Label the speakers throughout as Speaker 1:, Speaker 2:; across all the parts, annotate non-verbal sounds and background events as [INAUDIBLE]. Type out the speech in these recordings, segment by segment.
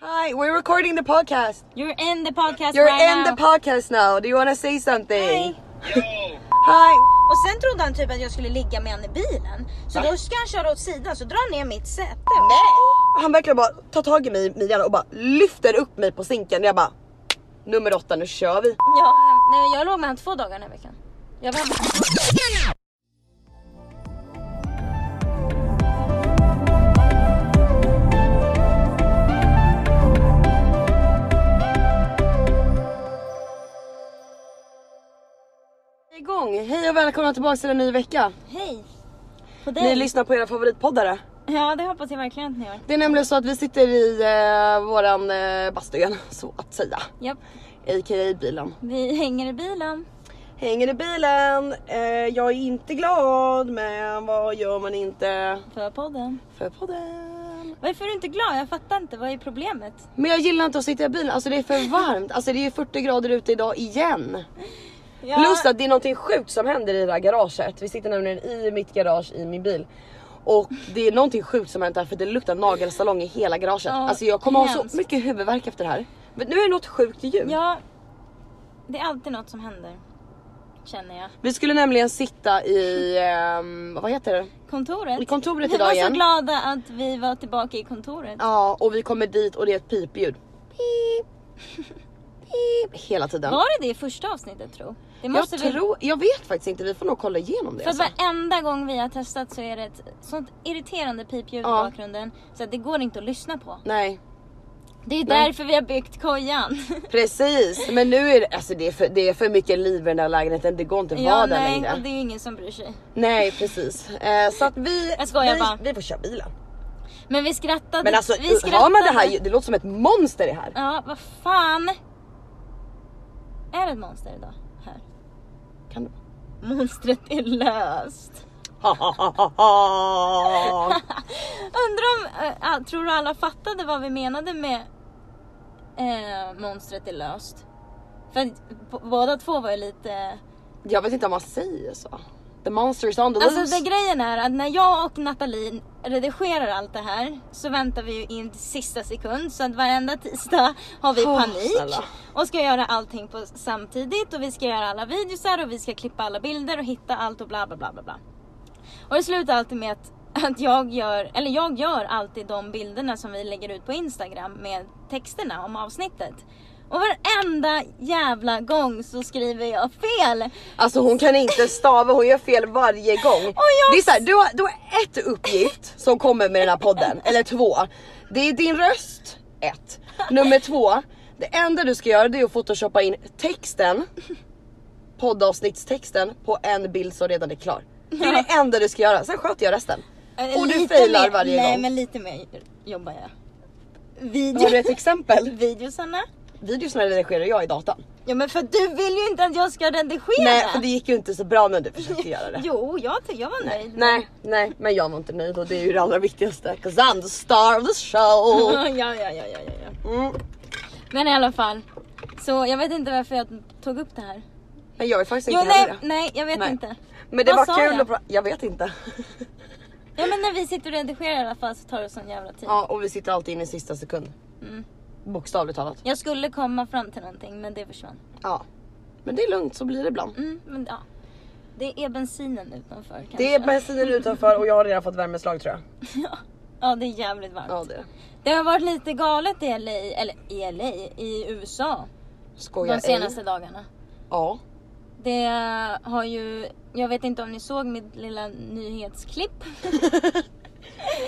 Speaker 1: Hi, we're recording the podcast.
Speaker 2: You're in the podcast
Speaker 1: You're
Speaker 2: right
Speaker 1: in
Speaker 2: now.
Speaker 1: the podcast now. Do you want to say something?
Speaker 2: Hej.
Speaker 3: Yo!
Speaker 1: Hi.
Speaker 2: Och sen trodde han typ att jag skulle ligga med han i bilen. Så då ska han köra åt sidan så drar han ner mitt säte.
Speaker 1: Han verkligen bara tar tag i mig i midjan och bara lyfter upp mig på sinken. Jag bara nummer åtta, nu kör vi.
Speaker 2: Ja, nej, jag låg med han två dagar den här veckan. Jag var
Speaker 1: Igång. Hej och välkomna tillbaka till en ny vecka.
Speaker 2: Hej! På
Speaker 1: Ni
Speaker 2: dig.
Speaker 1: lyssnar på era favoritpoddare.
Speaker 2: ja, det hoppas jag verkligen att ni gör.
Speaker 1: Det är nämligen så att vi sitter i eh, våran eh, bastugön så att säga.
Speaker 2: Japp,
Speaker 1: A.k.a. bilen.
Speaker 2: vi hänger i bilen.
Speaker 1: Hänger i bilen. Eh, jag är inte glad men vad gör man inte
Speaker 2: För podden.
Speaker 1: för podden?
Speaker 2: Varför är du inte glad? Jag fattar inte. Vad är problemet?
Speaker 1: Men jag gillar inte att sitta i bilen, alltså det är för varmt. Alltså det är 40 grader ute idag igen.
Speaker 2: Ja,
Speaker 1: Plus att det är någonting sjukt som händer i det här garaget. Vi sitter nämligen i mitt garage i min bil. Och det är någonting sjukt som hänt där för det luktar nagelsalong i hela garaget.
Speaker 2: Ja,
Speaker 1: alltså jag kommer ha
Speaker 2: hemskt.
Speaker 1: så mycket huvudvärk efter det här. Men nu är det något sjukt ljud.
Speaker 2: Ja, det är alltid något som händer. Känner jag.
Speaker 1: Vi skulle nämligen sitta i, ehm, vad heter det?
Speaker 2: Kontoret.
Speaker 1: I kontoret
Speaker 2: vi
Speaker 1: idag
Speaker 2: var
Speaker 1: igen.
Speaker 2: så glada att vi var tillbaka i kontoret.
Speaker 1: Ja och vi kommer dit och det är ett pipljud. Pip. Pip. Hela tiden.
Speaker 2: Var det det i första avsnittet tro? Det
Speaker 1: Jag,
Speaker 2: måste vi...
Speaker 1: tror, jag vet faktiskt inte, vi får nog kolla igenom det.
Speaker 2: För att
Speaker 1: alltså.
Speaker 2: varenda gång vi har testat så är det ett sånt irriterande pipljud
Speaker 1: Ja.
Speaker 2: i bakgrunden så att det går inte att lyssna på.
Speaker 1: Nej
Speaker 2: Det är
Speaker 1: Nej.
Speaker 2: därför vi har byggt kojan.
Speaker 1: Precis, men nu är det, alltså det, är för, det är för mycket liv i den där lägenheten, det går inte att vara
Speaker 2: [LAUGHS] ja,
Speaker 1: där
Speaker 2: nej,
Speaker 1: längre.
Speaker 2: och det är ju ingen som bryr sig.
Speaker 1: Nej precis. Eh, så att vi,
Speaker 2: Jag skojar
Speaker 1: vi,
Speaker 2: bara.
Speaker 1: vi får köra bilen.
Speaker 2: Men vi skrattade.
Speaker 1: Men alltså
Speaker 2: vi
Speaker 1: hör man det här ljud- det låter som ett monster det här.
Speaker 2: Ja, vad fan. Är det ett monster idag? Här.
Speaker 1: Kan du?
Speaker 2: Monstret är löst.
Speaker 1: Ha, ha, ha, ha,
Speaker 2: [LAUGHS]
Speaker 1: ha.
Speaker 2: Undrar om, eh, ah, tror du alla fattade vad vi menade med eh, monstret är löst? För att b- båda två var ju lite...
Speaker 1: Jag vet inte om man säger så. The monster is on the
Speaker 2: Alltså
Speaker 1: loose.
Speaker 2: det grejen är att när jag och Nathalie redigerar allt det här så väntar vi ju in till sista sekund så att varenda tisdag har vi
Speaker 1: Åh,
Speaker 2: panik
Speaker 1: snälla.
Speaker 2: och ska göra allting på samtidigt och vi ska göra alla videosar och vi ska klippa alla bilder och hitta allt och bla bla bla bla bla. Och det slutar alltid med att, att jag gör, eller jag gör alltid de bilderna som vi lägger ut på Instagram med texterna om avsnittet. Och varenda jävla gång så skriver jag fel!
Speaker 1: Alltså hon kan inte stava, hon gör fel varje gång.
Speaker 2: jag-
Speaker 1: Det är så här, du, har, du har ett uppgift som kommer med den här podden, eller två. Det är din röst, ett. Nummer två, det enda du ska göra det är att photoshoppa in texten, poddavsnittstexten på en bild som redan är klar. Det är det enda du ska göra, sen sköter jag resten.
Speaker 2: Eh,
Speaker 1: Och du
Speaker 2: lite
Speaker 1: failar
Speaker 2: mer-
Speaker 1: varje
Speaker 2: Nej
Speaker 1: gång.
Speaker 2: men lite mer jobbar jag.
Speaker 1: Har du
Speaker 2: Video,
Speaker 1: ett exempel?
Speaker 2: [LAUGHS] videosarna?
Speaker 1: Videosarna redigerar jag i datan.
Speaker 2: Ja men för du vill ju inte att jag ska redigera!
Speaker 1: Nej för det gick ju inte så bra när du försökte göra det.
Speaker 2: Jo, jag, ty- jag var nöjd.
Speaker 1: Nej, nej, men jag var inte nöjd och det är ju det allra viktigaste. 'Cause I'm the star of the [LAUGHS] show!
Speaker 2: [LAUGHS] ja, ja, ja, ja, ja, ja.
Speaker 1: Mm.
Speaker 2: Men i alla fall. Så jag vet inte varför jag tog upp det här.
Speaker 1: Men jag är faktiskt
Speaker 2: Jo,
Speaker 1: inte
Speaker 2: nej,
Speaker 1: heller det.
Speaker 2: nej, jag vet
Speaker 1: Nej.
Speaker 2: inte.
Speaker 1: Men det
Speaker 2: Vad
Speaker 1: var
Speaker 2: sa
Speaker 1: kul
Speaker 2: jag?
Speaker 1: att prata, jag vet inte. [LAUGHS]
Speaker 2: Ja men när vi sitter och redigerar i alla fall så tar det sån jävla tid.
Speaker 1: ja och vi sitter alltid in i sista sekund.
Speaker 2: Mm.
Speaker 1: Bokstavligt talat.
Speaker 2: Jag skulle komma fram till någonting men det försvann.
Speaker 1: Ja. Men det är lugnt, så blir det ibland.
Speaker 2: Mm, men ja. Det är bensinen utanför kanske.
Speaker 1: Det är bensinen utanför och jag har redan fått värmeslag tror jag.
Speaker 2: [LAUGHS] Ja det är jävligt varmt.
Speaker 1: Ja det är det.
Speaker 2: Det har varit lite galet i LA, eller i LA, i USA
Speaker 1: Skojar
Speaker 2: de
Speaker 1: ej.
Speaker 2: senaste dagarna.
Speaker 1: Ja.
Speaker 2: Det har ju, jag vet inte om ni såg mitt lilla nyhetsklipp
Speaker 1: [LAUGHS]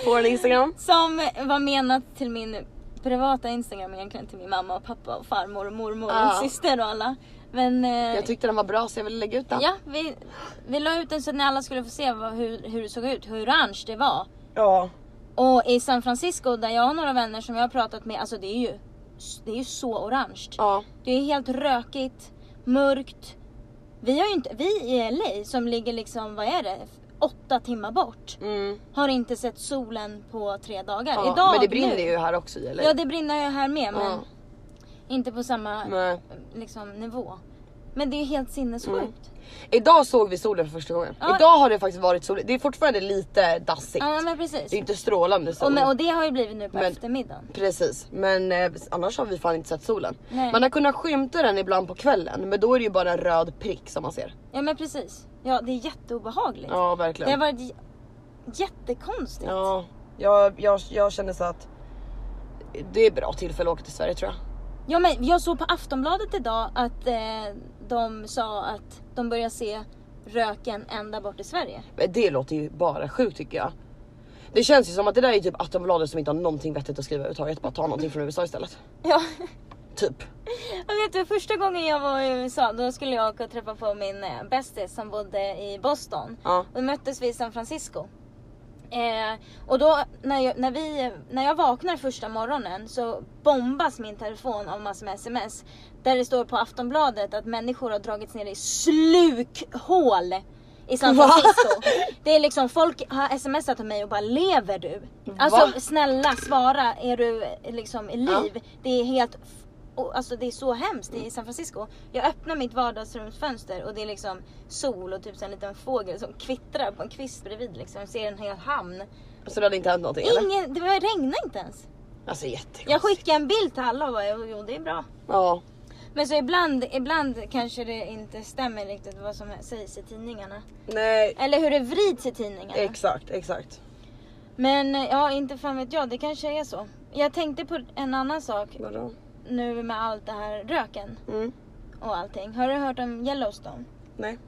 Speaker 1: På en Instagram.
Speaker 2: som var menat till min privata Instagram egentligen till min mamma och pappa och farmor och mormor och
Speaker 1: Ja.
Speaker 2: syster och alla. Men eh,
Speaker 1: Jag tyckte den var bra så jag ville lägga ut den.
Speaker 2: ja, vi, vi la ut den så att ni alla skulle få se vad, hur, hur det såg ut, hur orange det var.
Speaker 1: ja.
Speaker 2: Och i San Francisco där jag har några vänner som jag har pratat med, alltså det är ju, det är ju så orange.
Speaker 1: Ja.
Speaker 2: Det är helt rökigt, mörkt. Vi, har ju inte, vi i LA som ligger liksom, vad är det, åtta timmar bort.
Speaker 1: Mm.
Speaker 2: Har inte sett solen på tre dagar.
Speaker 1: ja.
Speaker 2: Idag,
Speaker 1: men det brinner
Speaker 2: nu.
Speaker 1: ju här också eller?
Speaker 2: Ja det brinner ju här med men
Speaker 1: Ja.
Speaker 2: inte på samma
Speaker 1: Nej.
Speaker 2: liksom, nivå. Men det är ju helt sinnessjukt.
Speaker 1: Mm, Idag såg vi solen för första gången.
Speaker 2: Ja.
Speaker 1: Idag har det faktiskt varit soligt. Det är fortfarande lite dassigt.
Speaker 2: Ja men
Speaker 1: Det är
Speaker 2: precis.
Speaker 1: inte strålande sol.
Speaker 2: Och, men, och det har ju blivit nu på
Speaker 1: Men-
Speaker 2: eftermiddagen.
Speaker 1: Precis, men eh, annars har vi fan inte sett solen.
Speaker 2: Nej.
Speaker 1: Man har kunnat skymta den ibland på kvällen, men då är det ju bara en röd prick som man ser.
Speaker 2: Ja men precis. Ja det är jätteobehagligt.
Speaker 1: Ja,
Speaker 2: Det har
Speaker 1: verkligen.
Speaker 2: varit j- jättekonstigt.
Speaker 1: Ja, jag, jag, jag känner så att det är bra tillfälle att åka till Sverige tror jag.
Speaker 2: Ja men jag såg på Aftonbladet idag att eh, de sa att de börjar se röken ända bort i Sverige.
Speaker 1: Men det låter ju bara sjukt tycker jag. Det känns ju som att det där är typ Aftonbladet som inte har någonting vettigt att skriva överhuvudtaget. Bara ta någonting från USA istället.
Speaker 2: [LAUGHS] Ja.
Speaker 1: Typ.
Speaker 2: Jag vet du, första gången jag var i USA då skulle jag åka och träffa på min eh, bästis som bodde i Boston.
Speaker 1: Ja.
Speaker 2: Då möttes vi i San Francisco. Eh, och då när jag, när, vi, när jag vaknar första morgonen så bombas min telefon av massor med sms. Där det står på Aftonbladet att människor har dragits ner i slukhål i San
Speaker 1: Va?
Speaker 2: Francisco. Det är liksom folk har smsat till mig och bara lever du? Alltså snälla svara, är du eh, liksom i
Speaker 1: Ja.
Speaker 2: liv? Det är helt f- och, alltså det är så hemskt i San Francisco. Jag öppnar mitt vardagsrumsfönster och det är liksom sol och typ så en liten fågel som kvittrar på en kvist bredvid liksom. Jag ser en hel hamn.
Speaker 1: Så det hade inte hänt någonting eller?
Speaker 2: Ingen, det var- regnade inte ens.
Speaker 1: Alltså jättekonstigt.
Speaker 2: Jag skickade en bild till alla och bara, jo jo, det är bra.
Speaker 1: Ja.
Speaker 2: Men så ibland, ibland kanske det inte stämmer riktigt vad som sägs i tidningarna.
Speaker 1: Nej.
Speaker 2: Eller hur det vrids i tidningarna.
Speaker 1: Exakt, exakt.
Speaker 2: Men ja, inte fan vet jag. Det kanske är så. Jag tänkte på en annan sak
Speaker 1: Vadå?
Speaker 2: nu med allt det här röken
Speaker 1: Mm.
Speaker 2: och allting. Har du hört om Yellowstone?
Speaker 1: Nej.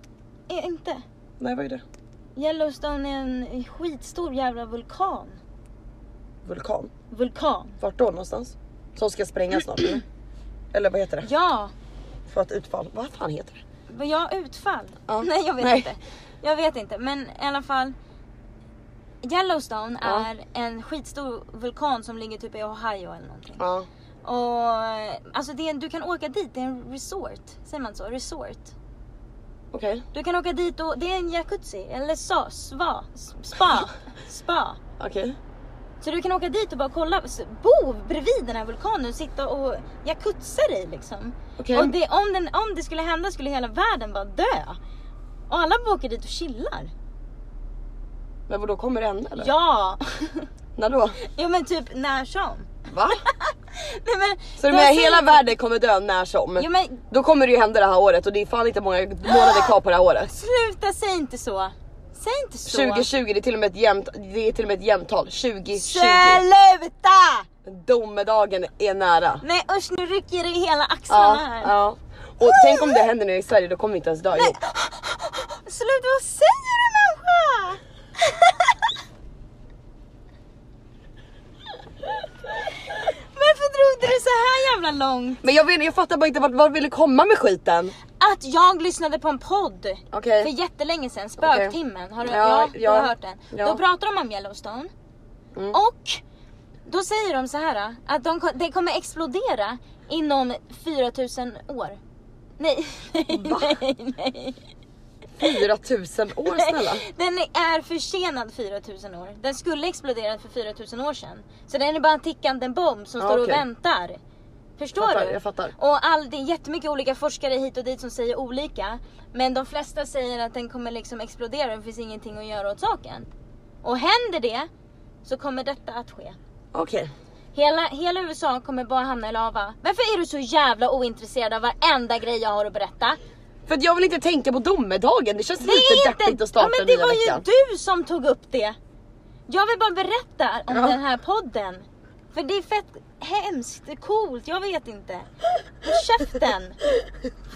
Speaker 2: Eh, inte.
Speaker 1: Nej vad är det?
Speaker 2: Yellowstone är en skitstor jävla vulkan.
Speaker 1: Vulkan.
Speaker 2: Vulkan.
Speaker 1: Vart då någonstans? Som ska sprängas snart eller? Eller vad heter det?
Speaker 2: Ja,
Speaker 1: För att utfall. Vad fan heter det?
Speaker 2: var jag utfall?
Speaker 1: Ja.
Speaker 2: [LAUGHS] Nej, jag vet
Speaker 1: Nej.
Speaker 2: inte. Jag vet inte, men i alla fall. Yellowstone
Speaker 1: Ja.
Speaker 2: är en skitstor vulkan som ligger typ i Ohio eller någonting.
Speaker 1: Ja.
Speaker 2: Och eh, alltså det är, en- du kan åka dit, det är en resort. Säger man så? Resort.
Speaker 1: Okej.
Speaker 2: Du kan åka dit och det är en jacuzzi eller så, spa, spa, spa.
Speaker 1: Okej.
Speaker 2: Så du kan åka dit och bara kolla, s- bo bredvid den här vulkanen och sitta och jacuzza dig liksom.
Speaker 1: Okej.
Speaker 2: Och det, om, den, om det skulle hända skulle hela världen bara dö. Och alla bara åker dit och chillar.
Speaker 1: Men vadå kommer det hända eller?
Speaker 2: Ja! [LAUGHS]
Speaker 1: När då?
Speaker 2: ja men typ när som. [LAUGHS]
Speaker 1: Va?
Speaker 2: Nej, men,
Speaker 1: Så du
Speaker 2: jag
Speaker 1: menar
Speaker 2: säger
Speaker 1: hela
Speaker 2: inte-
Speaker 1: världen kommer dö när som?
Speaker 2: Jo men
Speaker 1: Då kommer det ju hända det här året och det är fan inte många månader kvar på det här året.
Speaker 2: sluta säg inte så. Säg inte så.
Speaker 1: 2020 det är till och med ett jämnt, det är till och med ett jämnt tal. 2020.
Speaker 2: Sluta!
Speaker 1: Domedagen är nära.
Speaker 2: Nej usch nu rycker det i hela axlarna
Speaker 1: Ja,
Speaker 2: här.
Speaker 1: ja. Och tänk om det händer nu i Sverige då kommer vi inte ens dö ihop.
Speaker 2: Sluta, vad säger du människa? Varför drog du det så här jävla långt?
Speaker 1: Men jag, vet, jag fattar bara inte vart, vart vill du komma med skiten?
Speaker 2: Att jag lyssnade på en podd
Speaker 1: Okej.
Speaker 2: för jättelänge sedan, Spöktimmen. Har du,
Speaker 1: Ja,
Speaker 2: ja,
Speaker 1: ja,
Speaker 2: du har hört den?
Speaker 1: ja.
Speaker 2: Då pratar de om Yellowstone.
Speaker 1: Mm.
Speaker 2: Och då säger de så här att de, ko- det kommer explodera inom 4000 år. Nej, nej, [LAUGHS] nej, nej.
Speaker 1: 4000 år snälla.
Speaker 2: [LAUGHS] Den är försenad 4000 år. Den skulle explodera för 4000 år sedan. Så den är bara en tickande bomb som
Speaker 1: Ja,
Speaker 2: står och
Speaker 1: okej.
Speaker 2: väntar. Förstår
Speaker 1: Fattar,
Speaker 2: du?
Speaker 1: jag fattar.
Speaker 2: Och all, det är jättemycket olika forskare hit och dit som säger olika. Men de flesta säger att den kommer liksom explodera och det finns ingenting att göra åt saken. Och händer det så kommer detta att ske.
Speaker 1: Okej.
Speaker 2: Hela, hela USA kommer bara hamna i lava. Varför är du så jävla ointresserad av varenda grej jag har att berätta?
Speaker 1: För att jag vill inte tänka på domedagen, det känns
Speaker 2: Det är
Speaker 1: lite
Speaker 2: inte...
Speaker 1: deppigt att starta
Speaker 2: ja, men det
Speaker 1: nya
Speaker 2: var
Speaker 1: veckan.
Speaker 2: ju du som tog upp det. Jag vill bara berätta om
Speaker 1: Ja.
Speaker 2: den här podden. För det är fett hemskt, det är coolt, jag vet inte. Håll käften!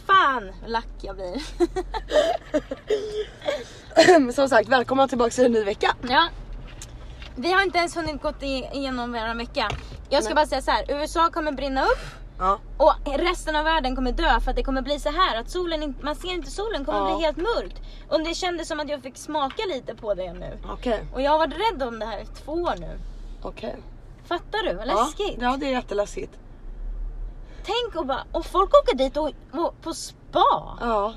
Speaker 2: Fan vad lack jag blir. [LAUGHS]
Speaker 1: [CLEARS THROAT] Som sagt, välkomna tillbaka till en ny vecka.
Speaker 2: ja. Vi har inte ens hunnit gått i- igenom varannan vecka. Jag
Speaker 1: Nej.
Speaker 2: ska bara säga så här. USA kommer brinna upp
Speaker 1: Ja.
Speaker 2: och resten av världen kommer dö för att det kommer bli så här att solen, inte- man ser inte solen, kommer
Speaker 1: Ja.
Speaker 2: bli helt mörkt. Och det kändes som att jag fick smaka lite på det nu.
Speaker 1: Okej.
Speaker 2: Och jag har varit rädd om det här i två år nu.
Speaker 1: Okej.
Speaker 2: Fattar du? Vad läskigt.
Speaker 1: Ja, ja, det är jätteläskigt.
Speaker 2: Tänk och bara, och folk åker dit och, och på spa.
Speaker 1: Ja.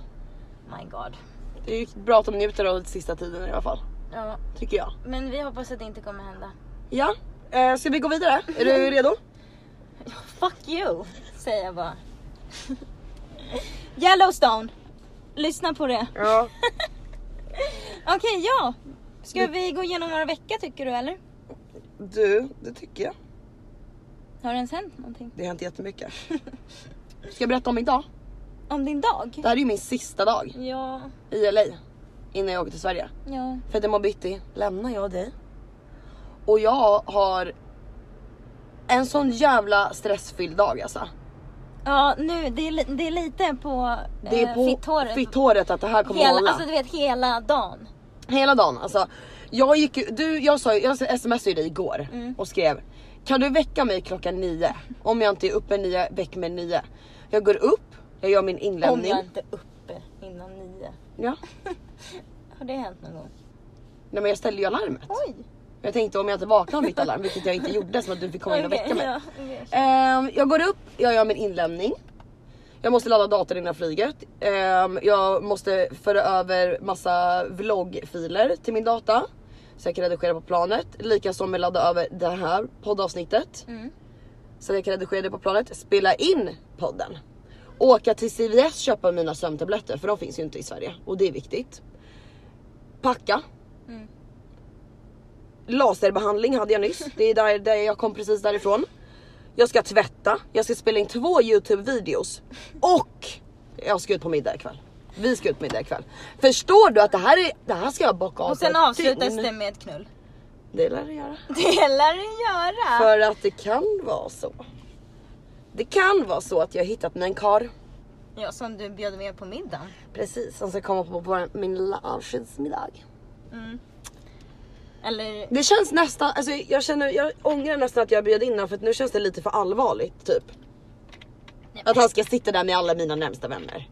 Speaker 2: My god.
Speaker 1: Det är ju bra att de njuter av sista tiden i alla fall.
Speaker 2: Ja,
Speaker 1: Tycker jag.
Speaker 2: men vi hoppas att det inte kommer hända.
Speaker 1: Ja. Eh, ska vi gå vidare? Är du redo?
Speaker 2: Fuck you, säger jag bara. [LAUGHS] Yellowstone. Lyssna på det.
Speaker 1: Ja.
Speaker 2: Okej, ja. Ska vi gå igenom vår vecka tycker du eller?
Speaker 1: [LAUGHS] Du, det tycker jag.
Speaker 2: Har det ens hänt någonting?
Speaker 1: Det har hänt jättemycket. [LAUGHS] Ska jag berätta om min dag?
Speaker 2: Om din dag?
Speaker 1: Det här är ju min sista dag
Speaker 2: Ja,
Speaker 1: i LA innan jag åker till Sverige.
Speaker 2: ja.
Speaker 1: För att imorgon bitti lämnar jag dig. Och jag har en sån jävla stressfylld dag alltså.
Speaker 2: Ja, nu, det är, li- det är lite på,
Speaker 1: Det är
Speaker 2: eh,
Speaker 1: på
Speaker 2: fitthåret.
Speaker 1: fitthåret att det här kommer
Speaker 2: hela,
Speaker 1: hålla.
Speaker 2: alltså du vet hela dagen.
Speaker 1: Hela dagen alltså. Jag gick ju- du, jag sa ju- jag smsade ju dig igår
Speaker 2: Mm.
Speaker 1: och skrev kan du väcka mig klockan nio? Om jag inte är uppe nio, väck mig nio. Jag går upp, jag gör min
Speaker 2: Om
Speaker 1: inlämning.
Speaker 2: jag inte är uppe innan nio.
Speaker 1: Ja.
Speaker 2: Har det hänt någon gång?
Speaker 1: Nej men jag ställde ju alarmet.
Speaker 2: Oj!
Speaker 1: Jag tänkte om jag inte vaknade av mitt alarm, vilket jag inte gjorde så att du fick komma in och
Speaker 2: Okej,
Speaker 1: väcka mig.
Speaker 2: ja, okej.
Speaker 1: Ehm, jag går upp, jag gör min inlämning. Jag måste ladda datorn innan flyget. Ehm, jag måste föra över massa vloggfiler till min data. Så jag kan redigera på planet. Likaså med ladda över det här poddavsnittet.
Speaker 2: Mm.
Speaker 1: Så jag kan redigera det på planet. Spela in podden. Åka till CVS köpa mina sömntabletter för de finns ju inte i Sverige. Och det är viktigt. Packa.
Speaker 2: Mm.
Speaker 1: Laserbehandling hade jag nyss. Det är där, där jag kom precis därifrån. Jag ska tvätta, jag ska spela in två Youtube-videos och jag ska ut på middag ikväll. Vi ska ut på middag ikväll. Förstår du att det här, är, det här ska jag bocka av
Speaker 2: Och
Speaker 1: på
Speaker 2: sen
Speaker 1: ett
Speaker 2: avslutas
Speaker 1: dygn?
Speaker 2: det med ett knull.
Speaker 1: Det lär det göra.
Speaker 2: [LAUGHS] Det lär det göra.
Speaker 1: För att det kan vara så. Det kan vara så att jag har hittat mig en kar.
Speaker 2: Ja, som du bjöd med på middagen.
Speaker 1: Precis, som ska komma på vår- min lilla avskedsmiddag.
Speaker 2: Mm. Eller
Speaker 1: Det känns nästan, alltså jag känner, jag ångrar nästan att jag bjöd in honom för att nu känns det lite för allvarligt typ. Att han ska sitta där med alla mina närmsta vänner.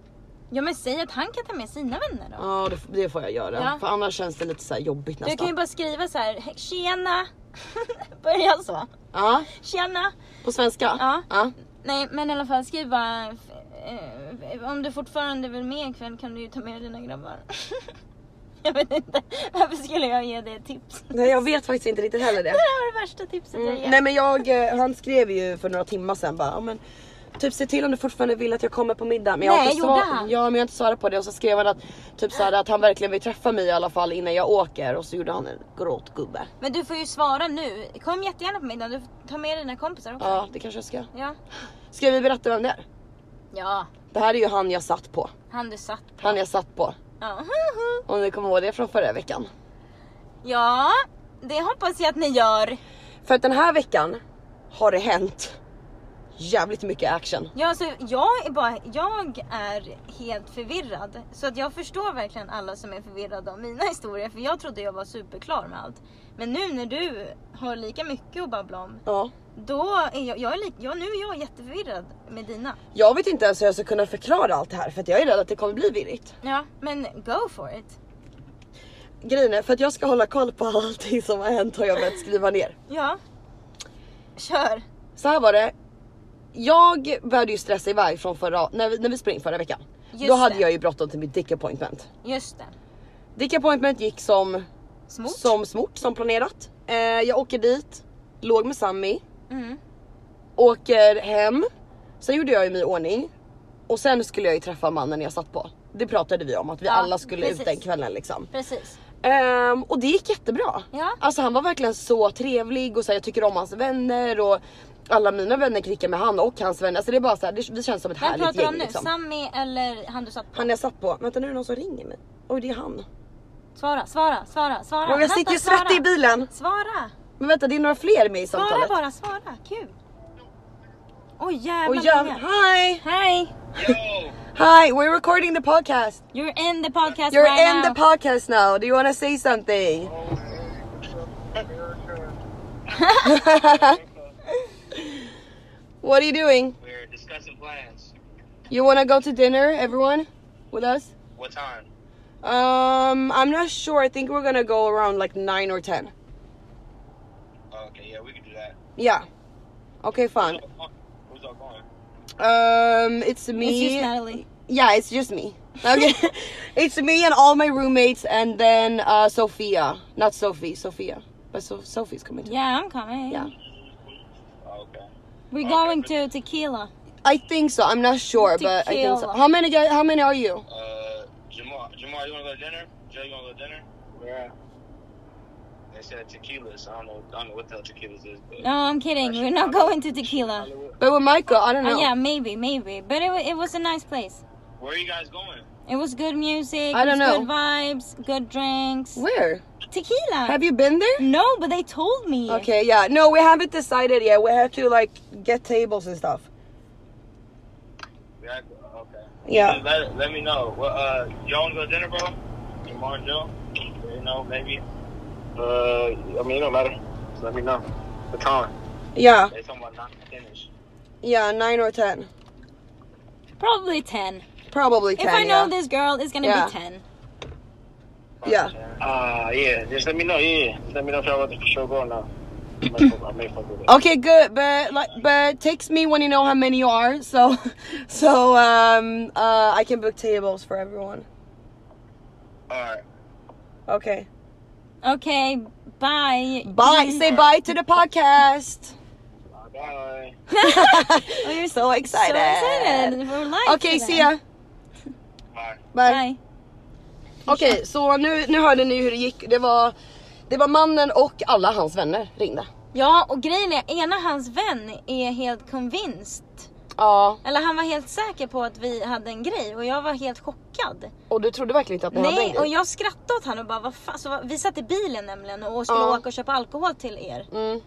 Speaker 2: Ja men säg att han kan ta med sina vänner då.
Speaker 1: Ja det, f- det får jag göra.
Speaker 2: Ja.
Speaker 1: För annars känns det lite så här jobbigt
Speaker 2: Du
Speaker 1: nästan.
Speaker 2: kan ju bara skriva så här, tjena. [LAUGHS] Börja så.
Speaker 1: Ja,
Speaker 2: Tjena.
Speaker 1: på svenska?
Speaker 2: Ja. Nej men i alla fall skriv bara, eh, om du fortfarande vill med ikväll kan du ju ta med dina grabbar. [LAUGHS] jag vet inte, varför skulle jag ge dig ett tips?
Speaker 1: Nej jag vet faktiskt inte riktigt heller det.
Speaker 2: Det här var det värsta tipset jag
Speaker 1: Mm.
Speaker 2: ger.
Speaker 1: Nej men jag, eh, han skrev ju för några timmar sedan bara, ja, men typ se till om du fortfarande vill att jag kommer på middag. Men jag har
Speaker 2: Nej,
Speaker 1: inte
Speaker 2: gjorde
Speaker 1: svar-
Speaker 2: han?
Speaker 1: Ja men jag har inte svarat på det och så skrev han att typ så här, att han verkligen vill träffa mig i alla fall innan jag åker och så gjorde han en gråtgubbe.
Speaker 2: Men du får ju svara nu. Kom jättegärna på middagen, du får ta med dina kompisar också.
Speaker 1: Ja det kanske jag ska.
Speaker 2: Ja.
Speaker 1: Ska vi berätta vem det är?
Speaker 2: Ja,
Speaker 1: Det här är ju han jag satt på.
Speaker 2: han du satt på.
Speaker 1: Han jag satt på.
Speaker 2: Ja. [LAUGHS]
Speaker 1: Om ni kommer ihåg det från förra veckan.
Speaker 2: ja, det hoppas jag att ni gör.
Speaker 1: För att den här veckan har det hänt jävligt mycket action.
Speaker 2: Ja, alltså, jag, är bara, jag är helt förvirrad. Så att jag förstår verkligen alla som är förvirrade av mina historier. För jag trodde jag var superklar med allt. Men nu när du har lika mycket att babbla om.
Speaker 1: Ja.
Speaker 2: Då är jag, jag är lik, ja, nu är jag jätteförvirrad med dina.
Speaker 1: Jag vet inte ens hur jag ska kunna förklara allt det här för att jag är rädd att det kommer bli virrigt.
Speaker 2: Ja. Men go for it.
Speaker 1: Grejen är, för att jag ska hålla koll på [LAUGHS] allting som har hänt har jag börjat skriva ner.
Speaker 2: Ja. Kör.
Speaker 1: Så här var det. Jag började ju stressa iväg från förra, när vi, när vi sprang in förra veckan.
Speaker 2: Just
Speaker 1: Då hade
Speaker 2: det.
Speaker 1: jag ju bråttom till mitt dick appointment.
Speaker 2: Just det.
Speaker 1: Dick appointment gick som
Speaker 2: Smort.
Speaker 1: som smort, som planerat. Eh, jag åker dit, låg med Sammy,
Speaker 2: Mm.
Speaker 1: åker hem. Sen gjorde jag ju mig i ordning och sen skulle jag ju träffa mannen jag satt på. Det pratade vi om att vi
Speaker 2: Ja,
Speaker 1: alla skulle
Speaker 2: precis.
Speaker 1: ut den kvällen liksom.
Speaker 2: Precis.
Speaker 1: Ehm, och det gick jättebra.
Speaker 2: Ja.
Speaker 1: Alltså han var verkligen så trevlig och så här, jag tycker om hans vänner och alla mina vänner klickar med han och hans vänner. Alltså det är bara så här, det, vi känns som ett
Speaker 2: Vem
Speaker 1: härligt
Speaker 2: pratar du
Speaker 1: gäng
Speaker 2: om nu?
Speaker 1: liksom.
Speaker 2: Sammy eller han du satt på?
Speaker 1: Han jag satt på, vänta nu är det någon som ringer mig. Oj det är han.
Speaker 2: Svara, svara, svara, svara.
Speaker 1: Och jag
Speaker 2: Vänta,
Speaker 1: sitter ju
Speaker 2: svara.
Speaker 1: svettig i bilen.
Speaker 2: Svara,
Speaker 1: Men vänta det är några fler med i
Speaker 2: svara
Speaker 1: samtalet.
Speaker 2: bara, svara. Kul. Oj jävlar
Speaker 1: Och jag,
Speaker 2: många.
Speaker 1: hi!
Speaker 2: Hej!
Speaker 3: Yo,
Speaker 1: Hi, we're recording the podcast.
Speaker 2: You're in the podcast
Speaker 1: You're
Speaker 2: right
Speaker 1: in
Speaker 2: now.
Speaker 1: the podcast now. Do you want to say something? [LAUGHS]
Speaker 3: oh, hey, what's up, America?
Speaker 1: What are you doing?
Speaker 3: We're discussing plans.
Speaker 1: You want to go to dinner, everyone, with us?
Speaker 3: What time?
Speaker 1: Um, I'm not sure. I think we're gonna go around like nine or ten.
Speaker 3: okay, yeah, we can do that.
Speaker 1: Yeah. Okay, fine.
Speaker 3: Who's all going?
Speaker 1: Um, it's
Speaker 2: It's just
Speaker 1: me.
Speaker 2: Natalie.
Speaker 1: yeah, it's just me.
Speaker 2: [LAUGHS]
Speaker 1: Okay, [LAUGHS] it's me and all my roommates, and then uh, Sophia. Not Sophie, Sophia, but so- Sophie's coming. Too.
Speaker 2: Yeah, I'm coming.
Speaker 1: Yeah.
Speaker 3: Oh, okay.
Speaker 2: We're going to tequila.
Speaker 1: I think so. I'm not sure,
Speaker 2: To
Speaker 1: but I think so.
Speaker 2: kill.
Speaker 1: How many guys? How many are you?
Speaker 3: Uh, Jamal, Jamal, you wanna go to dinner? Joe, you wanna go to dinner? Yeah. They said tequilas. I don't know. I don't know what the hell tequilas is, but
Speaker 2: No, I'm kidding. We're not going to tequila.
Speaker 1: But with Michael, I don't know.
Speaker 2: Uh, yeah, maybe, maybe. But it, wa- it was a nice place.
Speaker 3: where are you guys going?
Speaker 2: It was good music.
Speaker 1: I
Speaker 2: it was
Speaker 1: don't know.
Speaker 2: Good vibes, good drinks.
Speaker 1: Where?
Speaker 2: Tequila.
Speaker 1: Have you been there?
Speaker 2: no, but they told me.
Speaker 1: Okay, yeah. No, we haven't decided yet. We have to like get tables and stuff.
Speaker 3: We had- Okay.
Speaker 1: Yeah.
Speaker 3: Let, let me know. Well, uh, y'all wanna go to dinner, bro? Jamal, and Joe. You know, maybe. Uh, I mean, it don't matter. Just let me know. The time.
Speaker 1: Yeah.
Speaker 3: They talking about not finish.
Speaker 1: Yeah, 9 or 10.
Speaker 2: Probably 10.
Speaker 1: Probably 10.
Speaker 2: if I know
Speaker 1: yeah.
Speaker 2: this girl, it's gonna
Speaker 1: Yeah.
Speaker 2: be 10.
Speaker 1: Yeah.
Speaker 3: Uh, yeah. Just let me know. Yeah. Just let me know if y'all want to for sure go
Speaker 1: [LAUGHS]
Speaker 3: or not. I may fuck- I may fuck with it.
Speaker 1: Okay, good. But like but text me when you know how many you are so [LAUGHS] so um uh I can book tables for everyone.
Speaker 3: All right.
Speaker 1: Okay.
Speaker 2: Okay, bye.
Speaker 1: Bye. Say bye to the
Speaker 2: [LAUGHS]
Speaker 1: podcast. [LAUGHS]
Speaker 3: Bye.
Speaker 2: Oh, you're
Speaker 1: so excited.
Speaker 2: So excited. We're live
Speaker 1: Okay,
Speaker 2: today.
Speaker 1: see ya.
Speaker 3: Bye.
Speaker 1: Bye.
Speaker 2: Bye.
Speaker 1: Okej, så nu, nu hörde ni hur det gick. Det var, det var mannen och alla hans vänner ringde.
Speaker 2: Ja, och grejen är, ena hans vän är helt convinced.
Speaker 1: Ja,
Speaker 2: Eller han var helt säker på att vi hade en grej och jag var helt chockad.
Speaker 1: och du trodde verkligen inte att ni hade en
Speaker 2: Nej,
Speaker 1: grej?
Speaker 2: och jag skrattade åt honom och bara vad fan. Så vad- vi satt i bilen nämligen och skulle
Speaker 1: Ja.
Speaker 2: åka och köpa alkohol till er.
Speaker 1: Mm.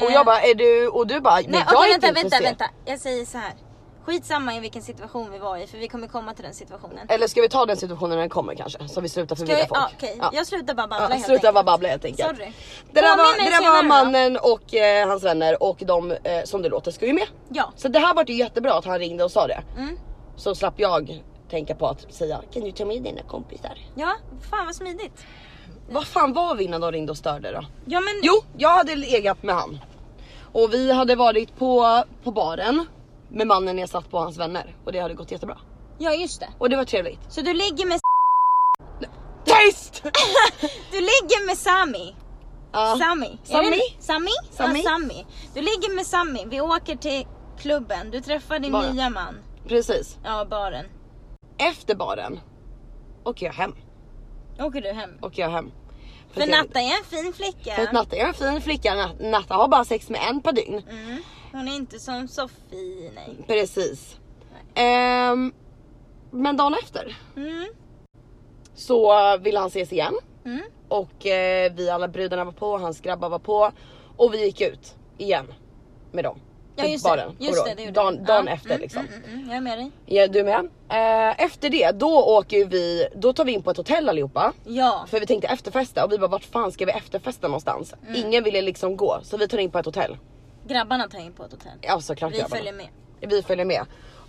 Speaker 1: Och
Speaker 2: Eh,
Speaker 1: jag bara, är du... Och du bara, nej,
Speaker 2: Nej,
Speaker 1: jag
Speaker 2: okej
Speaker 1: är
Speaker 2: vänta,
Speaker 1: inte
Speaker 2: vänta,
Speaker 1: intresserad.
Speaker 2: vänta. Jag säger så här. Skitsamma i vilken situation vi var i för vi kommer komma till den situationen.
Speaker 1: Eller ska vi ta den situationen när den kommer kanske? Så vi slutar
Speaker 2: Ska
Speaker 1: förvirra
Speaker 2: jag,
Speaker 1: folk.
Speaker 2: ja, okej.
Speaker 1: Ja.
Speaker 2: jag slutar bara babbla
Speaker 1: Ja,
Speaker 2: helt
Speaker 1: sluta bara
Speaker 2: enkelt.
Speaker 1: babbla helt enkelt.
Speaker 2: Sorry.
Speaker 1: Det där,
Speaker 2: Påminn
Speaker 1: var,
Speaker 2: mig
Speaker 1: det där var
Speaker 2: senare då.
Speaker 1: mannen och eh, hans vänner och de eh, som det låter ska ju med.
Speaker 2: Ja.
Speaker 1: Så det här vart ju jättebra att han ringde och sa det.
Speaker 2: Mm.
Speaker 1: Så slapp jag tänka på att säga, kan du ta med dina kompisar?
Speaker 2: Ja, fan vad smidigt.
Speaker 1: Vad fan var vi innan de ringde och störde då?
Speaker 2: Ja men
Speaker 1: Jo, jag hade legat med han. Och vi hade varit på, på baren med mannen jag satt på hans vänner. Och det hade gått jättebra.
Speaker 2: Ja just det.
Speaker 1: Och det var trevligt.
Speaker 2: Så du ligger med [LAUGHS]
Speaker 1: Tyst!
Speaker 2: du ligger med Sami.
Speaker 1: Ja.
Speaker 2: Sami. Är
Speaker 1: Sami?
Speaker 2: det- Sami?
Speaker 1: Sami?
Speaker 2: Ja, Sami. Du ligger med Sami. Vi åker till klubben. Du träffar din
Speaker 1: Baren.
Speaker 2: nya man.
Speaker 1: precis.
Speaker 2: Ja, baren.
Speaker 1: Efter baren åker jag hem.
Speaker 2: Åker du hem?
Speaker 1: Åker jag hem.
Speaker 2: För
Speaker 1: att
Speaker 2: Natta är en fin flicka.
Speaker 1: jag- För att Natta är en fin flicka. Nat- Natta har bara sex med en per dygn.
Speaker 2: Mm. Hon är inte som Sofie, nej.
Speaker 1: Precis. Ehm, men dagen efter
Speaker 2: Mm.
Speaker 1: så eh, ville han ses igen.
Speaker 2: Mm.
Speaker 1: Och eh, vi alla brudarna var på, hans grabbar var på och vi gick ut igen med dem.
Speaker 2: Ja
Speaker 1: Till
Speaker 2: just
Speaker 1: baren.
Speaker 2: det, just
Speaker 1: Och
Speaker 2: det,
Speaker 1: då-
Speaker 2: det gjorde
Speaker 1: dagen,
Speaker 2: du.
Speaker 1: dagen
Speaker 2: Ja.
Speaker 1: efter
Speaker 2: mm,
Speaker 1: liksom.
Speaker 2: Mm, mm, mm. Jag är med dig.
Speaker 1: Ja, du med? Eh, efter det, då åker ju vi, då tar vi in på ett hotell allihopa.
Speaker 2: Ja,
Speaker 1: För vi tänkte efterfesta och vi bara vart fan ska vi efterfesta någonstans?
Speaker 2: Mm.
Speaker 1: Ingen ville liksom gå så vi tar in på ett hotell.
Speaker 2: grabbarna tar in på ett hotell.
Speaker 1: Ja såklart
Speaker 2: Vi
Speaker 1: grabbarna.
Speaker 2: följer med.
Speaker 1: Vi följer med.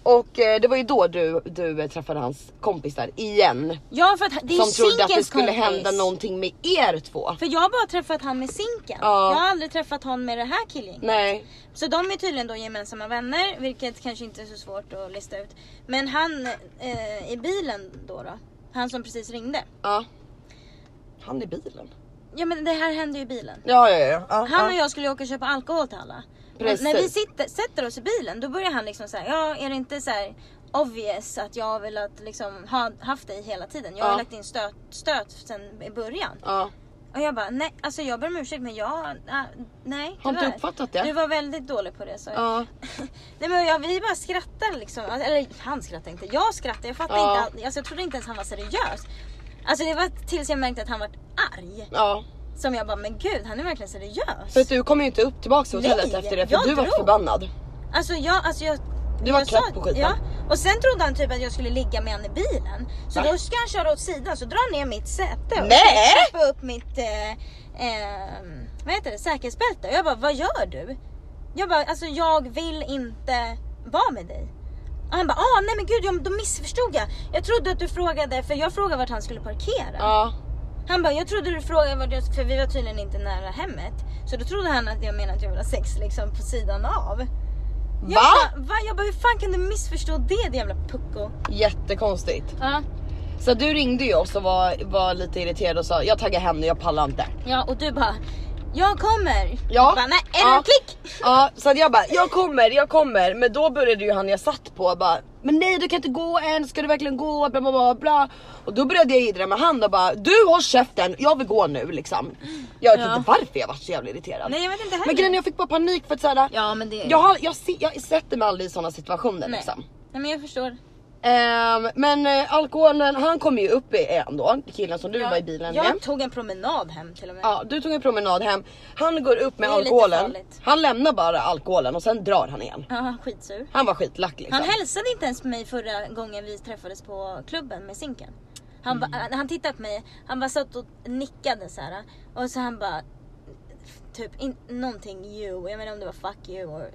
Speaker 1: Och eh, det var ju då du, du eh, träffade hans kompisar igen.
Speaker 2: Ja för att han- det är
Speaker 1: Som
Speaker 2: ju
Speaker 1: trodde att det
Speaker 2: Zinkens
Speaker 1: skulle
Speaker 2: kompis.
Speaker 1: hända någonting med er två.
Speaker 2: För jag har bara träffat han med Zinken.
Speaker 1: Ja.
Speaker 2: Jag har aldrig träffat han med det här killen.
Speaker 1: Nej,
Speaker 2: Så de är tydligen då gemensamma vänner, vilket kanske inte är så svårt att lista ut. Men han eh, i bilen då, då, han som precis ringde.
Speaker 1: ja. Han i bilen.
Speaker 2: Ja men det här hände ju i bilen.
Speaker 1: Ja, ja, ja. ja ja.
Speaker 2: Han och jag skulle ju åka och köpa alkohol till alla. Och
Speaker 1: Precis.
Speaker 2: När vi sitter, sätter oss i bilen då börjar han liksom säga, ja är det inte så här obvious att jag har velat liksom ha haft dig hela tiden. Jag har
Speaker 1: Ja.
Speaker 2: lagt in stöt, stöt sen i början.
Speaker 1: Ja.
Speaker 2: Och jag bara, nej alltså jag ber om ursäkt men jag, ah, nej
Speaker 1: Har inte
Speaker 2: tyvärr.
Speaker 1: uppfattat det.
Speaker 2: Du var väldigt dålig på det sa jag.
Speaker 1: Ja.
Speaker 2: Nej men jag, vi bara skrattar liksom. Alltså, Eller han skrattade inte. Jag skrattade. Jag fattade
Speaker 1: Ja.
Speaker 2: inte. all- Alltså, jag trodde inte ens han var seriös. Alltså det var tills jag märkte att han var arg.
Speaker 1: ja.
Speaker 2: Som jag bara, men gud han är verkligen seriös.
Speaker 1: För att du kom ju inte upp tillbaka till hotellet
Speaker 2: Nej,
Speaker 1: efter det för
Speaker 2: jag
Speaker 1: du var
Speaker 2: drog.
Speaker 1: förbannad.
Speaker 2: Alltså jag, alltså jag...
Speaker 1: Du var
Speaker 2: jag
Speaker 1: trött
Speaker 2: sa-
Speaker 1: på skiten.
Speaker 2: Ja. Och sen trodde han typ att jag skulle ligga med honom i bilen. Så
Speaker 1: Va?
Speaker 2: då ska han köra åt sidan så drar han ner mitt säte och
Speaker 1: Nej!
Speaker 2: knäppa upp mitt eh, eh, vad heter det? säkerhetsbälte. Och jag bara, vad gör du? Jag bara, alltså jag vill inte vara med dig. Och han bara, ah, nej men gud jag, då missförstod jag. Jag trodde att du frågade, för jag frågade vart han skulle parkera.
Speaker 1: Ja.
Speaker 2: Han bara, jag trodde du frågade vart jag för vi var tydligen inte nära hemmet. Så då trodde han att jag menade att jag ville ha sex liksom på sidan av. Jag
Speaker 1: Va?
Speaker 2: Bara, va? Jag bara, hur fan kan du missförstå det din jävla pucko?
Speaker 1: Jättekonstigt.
Speaker 2: Ja.
Speaker 1: Så du ringde ju oss och var, var lite irriterad och sa jag taggar hem nu, jag pallar inte.
Speaker 2: ja, och du bara, jag kommer.
Speaker 1: Ja.
Speaker 2: Bara, nej, är
Speaker 1: Ja.
Speaker 2: det klick?
Speaker 1: Ja, så att jag bara, jag kommer, jag kommer. Men då började ju han jag satt på bara, men nej du kan inte gå än, ska du verkligen gå? Bla bla bla bla. Och då började jag jiddra med han och bara, du håll käften, jag vill gå nu liksom. Jag vet
Speaker 2: Ja.
Speaker 1: inte varför jag var så jävla irriterad.
Speaker 2: Nej jag vet inte heller.
Speaker 1: men grejen är, jag fick bara panik för att såhär,
Speaker 2: Ja men det...
Speaker 1: jag, har- jag, se- jag sätter mig aldrig i sådana situationer
Speaker 2: nej.
Speaker 1: liksom.
Speaker 2: nej men jag förstår.
Speaker 1: Ehm, men eh, alkoholen, han kom ju upp i- ändå, killen som du var i bilen
Speaker 2: jag
Speaker 1: med.
Speaker 2: tog en promenad hem till och med.
Speaker 1: Ja, du tog en promenad hem, han går upp med
Speaker 2: Det är lite
Speaker 1: alkoholen,
Speaker 2: farligt.
Speaker 1: han lämnar bara alkoholen och sen drar han igen.
Speaker 2: Ja, skitsur.
Speaker 1: Han var skitlack liksom.
Speaker 2: Han hälsade inte ens på mig förra gången vi träffades på klubben med Zinken. Han, ba,
Speaker 1: Mm.
Speaker 2: han tittade på mig, han bara satt och nickade så här. Och så han bara, typ in, någonting you, jag menar om det var fuck you or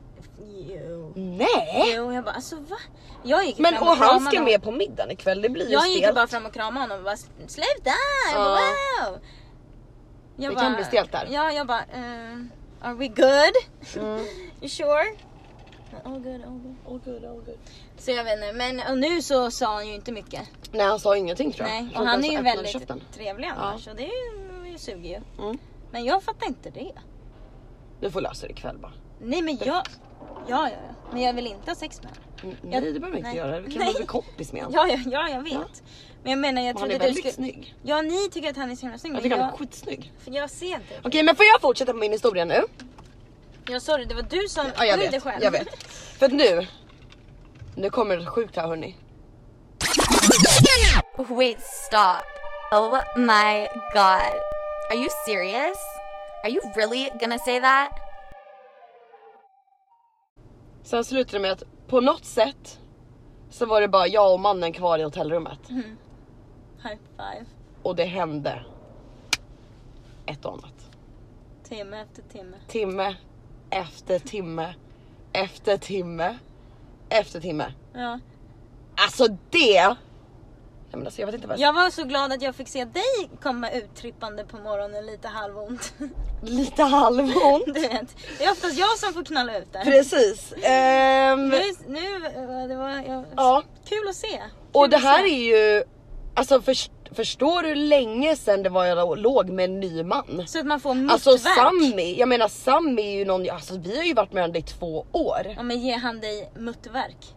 Speaker 2: you.
Speaker 1: Nej!
Speaker 2: Jo, jag bara alltså va? Jag gick ju
Speaker 1: Men
Speaker 2: fram
Speaker 1: och han
Speaker 2: kramade
Speaker 1: ska
Speaker 2: honom.
Speaker 1: med på middagen ikväll, det blir ju
Speaker 2: Jag gick ju
Speaker 1: stelt.
Speaker 2: bara fram och kramade honom och bara sluta!
Speaker 1: Ja.
Speaker 2: Wow! Jag
Speaker 1: Det kan bli stelt där.
Speaker 2: Ja, jag bara ehm, are we good?
Speaker 1: Mm.
Speaker 2: you sure? All good, all good. Så jag vet inte, men och nu så sa han ju inte mycket.
Speaker 1: Nej han sa ingenting tror jag.
Speaker 2: Nej,
Speaker 1: Jag tror
Speaker 2: och
Speaker 1: inte
Speaker 2: han
Speaker 1: ens
Speaker 2: är ju
Speaker 1: öppnade
Speaker 2: väldigt
Speaker 1: käften.
Speaker 2: trevlig annars och det är ju, suger ju.
Speaker 1: Mm.
Speaker 2: Men jag fattar inte det.
Speaker 1: Du får lösa det ikväll bara.
Speaker 2: Nej men jag, ja ja ja. Men jag vill inte ha sex med honom.
Speaker 1: Mm,
Speaker 2: Ja,
Speaker 1: Nej det behöver vi inte
Speaker 2: nej.
Speaker 1: göra, vi kan
Speaker 2: Nej.
Speaker 1: väl bli kompis med honom.
Speaker 2: Ja ja, ja jag vet. Men jag menar jag
Speaker 1: han är
Speaker 2: trodde du
Speaker 1: väldigt
Speaker 2: skulle... Mm,
Speaker 1: snygg.
Speaker 2: Ja ni tycker att han är så himla snygg
Speaker 1: Jag
Speaker 2: men
Speaker 1: tycker han är
Speaker 2: jag,
Speaker 1: skitsnygg.
Speaker 2: för jag ser inte.
Speaker 1: Okej men får jag fortsätta på min historia nu?
Speaker 2: Ja sorry, det var du som
Speaker 1: Ja jag
Speaker 2: skyllde
Speaker 1: vet,
Speaker 2: själv.
Speaker 1: jag vet. För att nu, nu kommer det sjukt här hörni.
Speaker 4: Wait, stop. Oh my god. Are you serious? Are you really gonna say that?
Speaker 1: Sen slutade det med att på något sätt så var det bara jag och mannen kvar i hotellrummet.
Speaker 2: High five.
Speaker 1: Och det hände ett och annat.
Speaker 2: Timme efter timme.
Speaker 1: timme efter timme efter timme efter timme.
Speaker 2: Ja.
Speaker 1: Alltså det! Ja, men alltså, jag vet inte vad jag
Speaker 2: Jag var så glad att jag fick se dig komma ut trippande på morgonen lite halvont. [LAUGHS]
Speaker 1: Lite halvont.
Speaker 2: Du vet, det är oftast jag som får knalla ut där.
Speaker 1: Precis. Ehm,
Speaker 2: Nu, nu eh, det var jag,
Speaker 1: ja.
Speaker 2: kul att se. Kul
Speaker 1: Och det
Speaker 2: att
Speaker 1: här
Speaker 2: se.
Speaker 1: är ju, alltså först- förstår du hur länge sedan det var jag låg med en ny man?
Speaker 2: Så att man får muttvärk.
Speaker 1: Alltså Sammy, jag menar Sammy är ju någon, alltså vi har ju varit med varandra i två år.
Speaker 2: Ja men ger han dig muttvärk?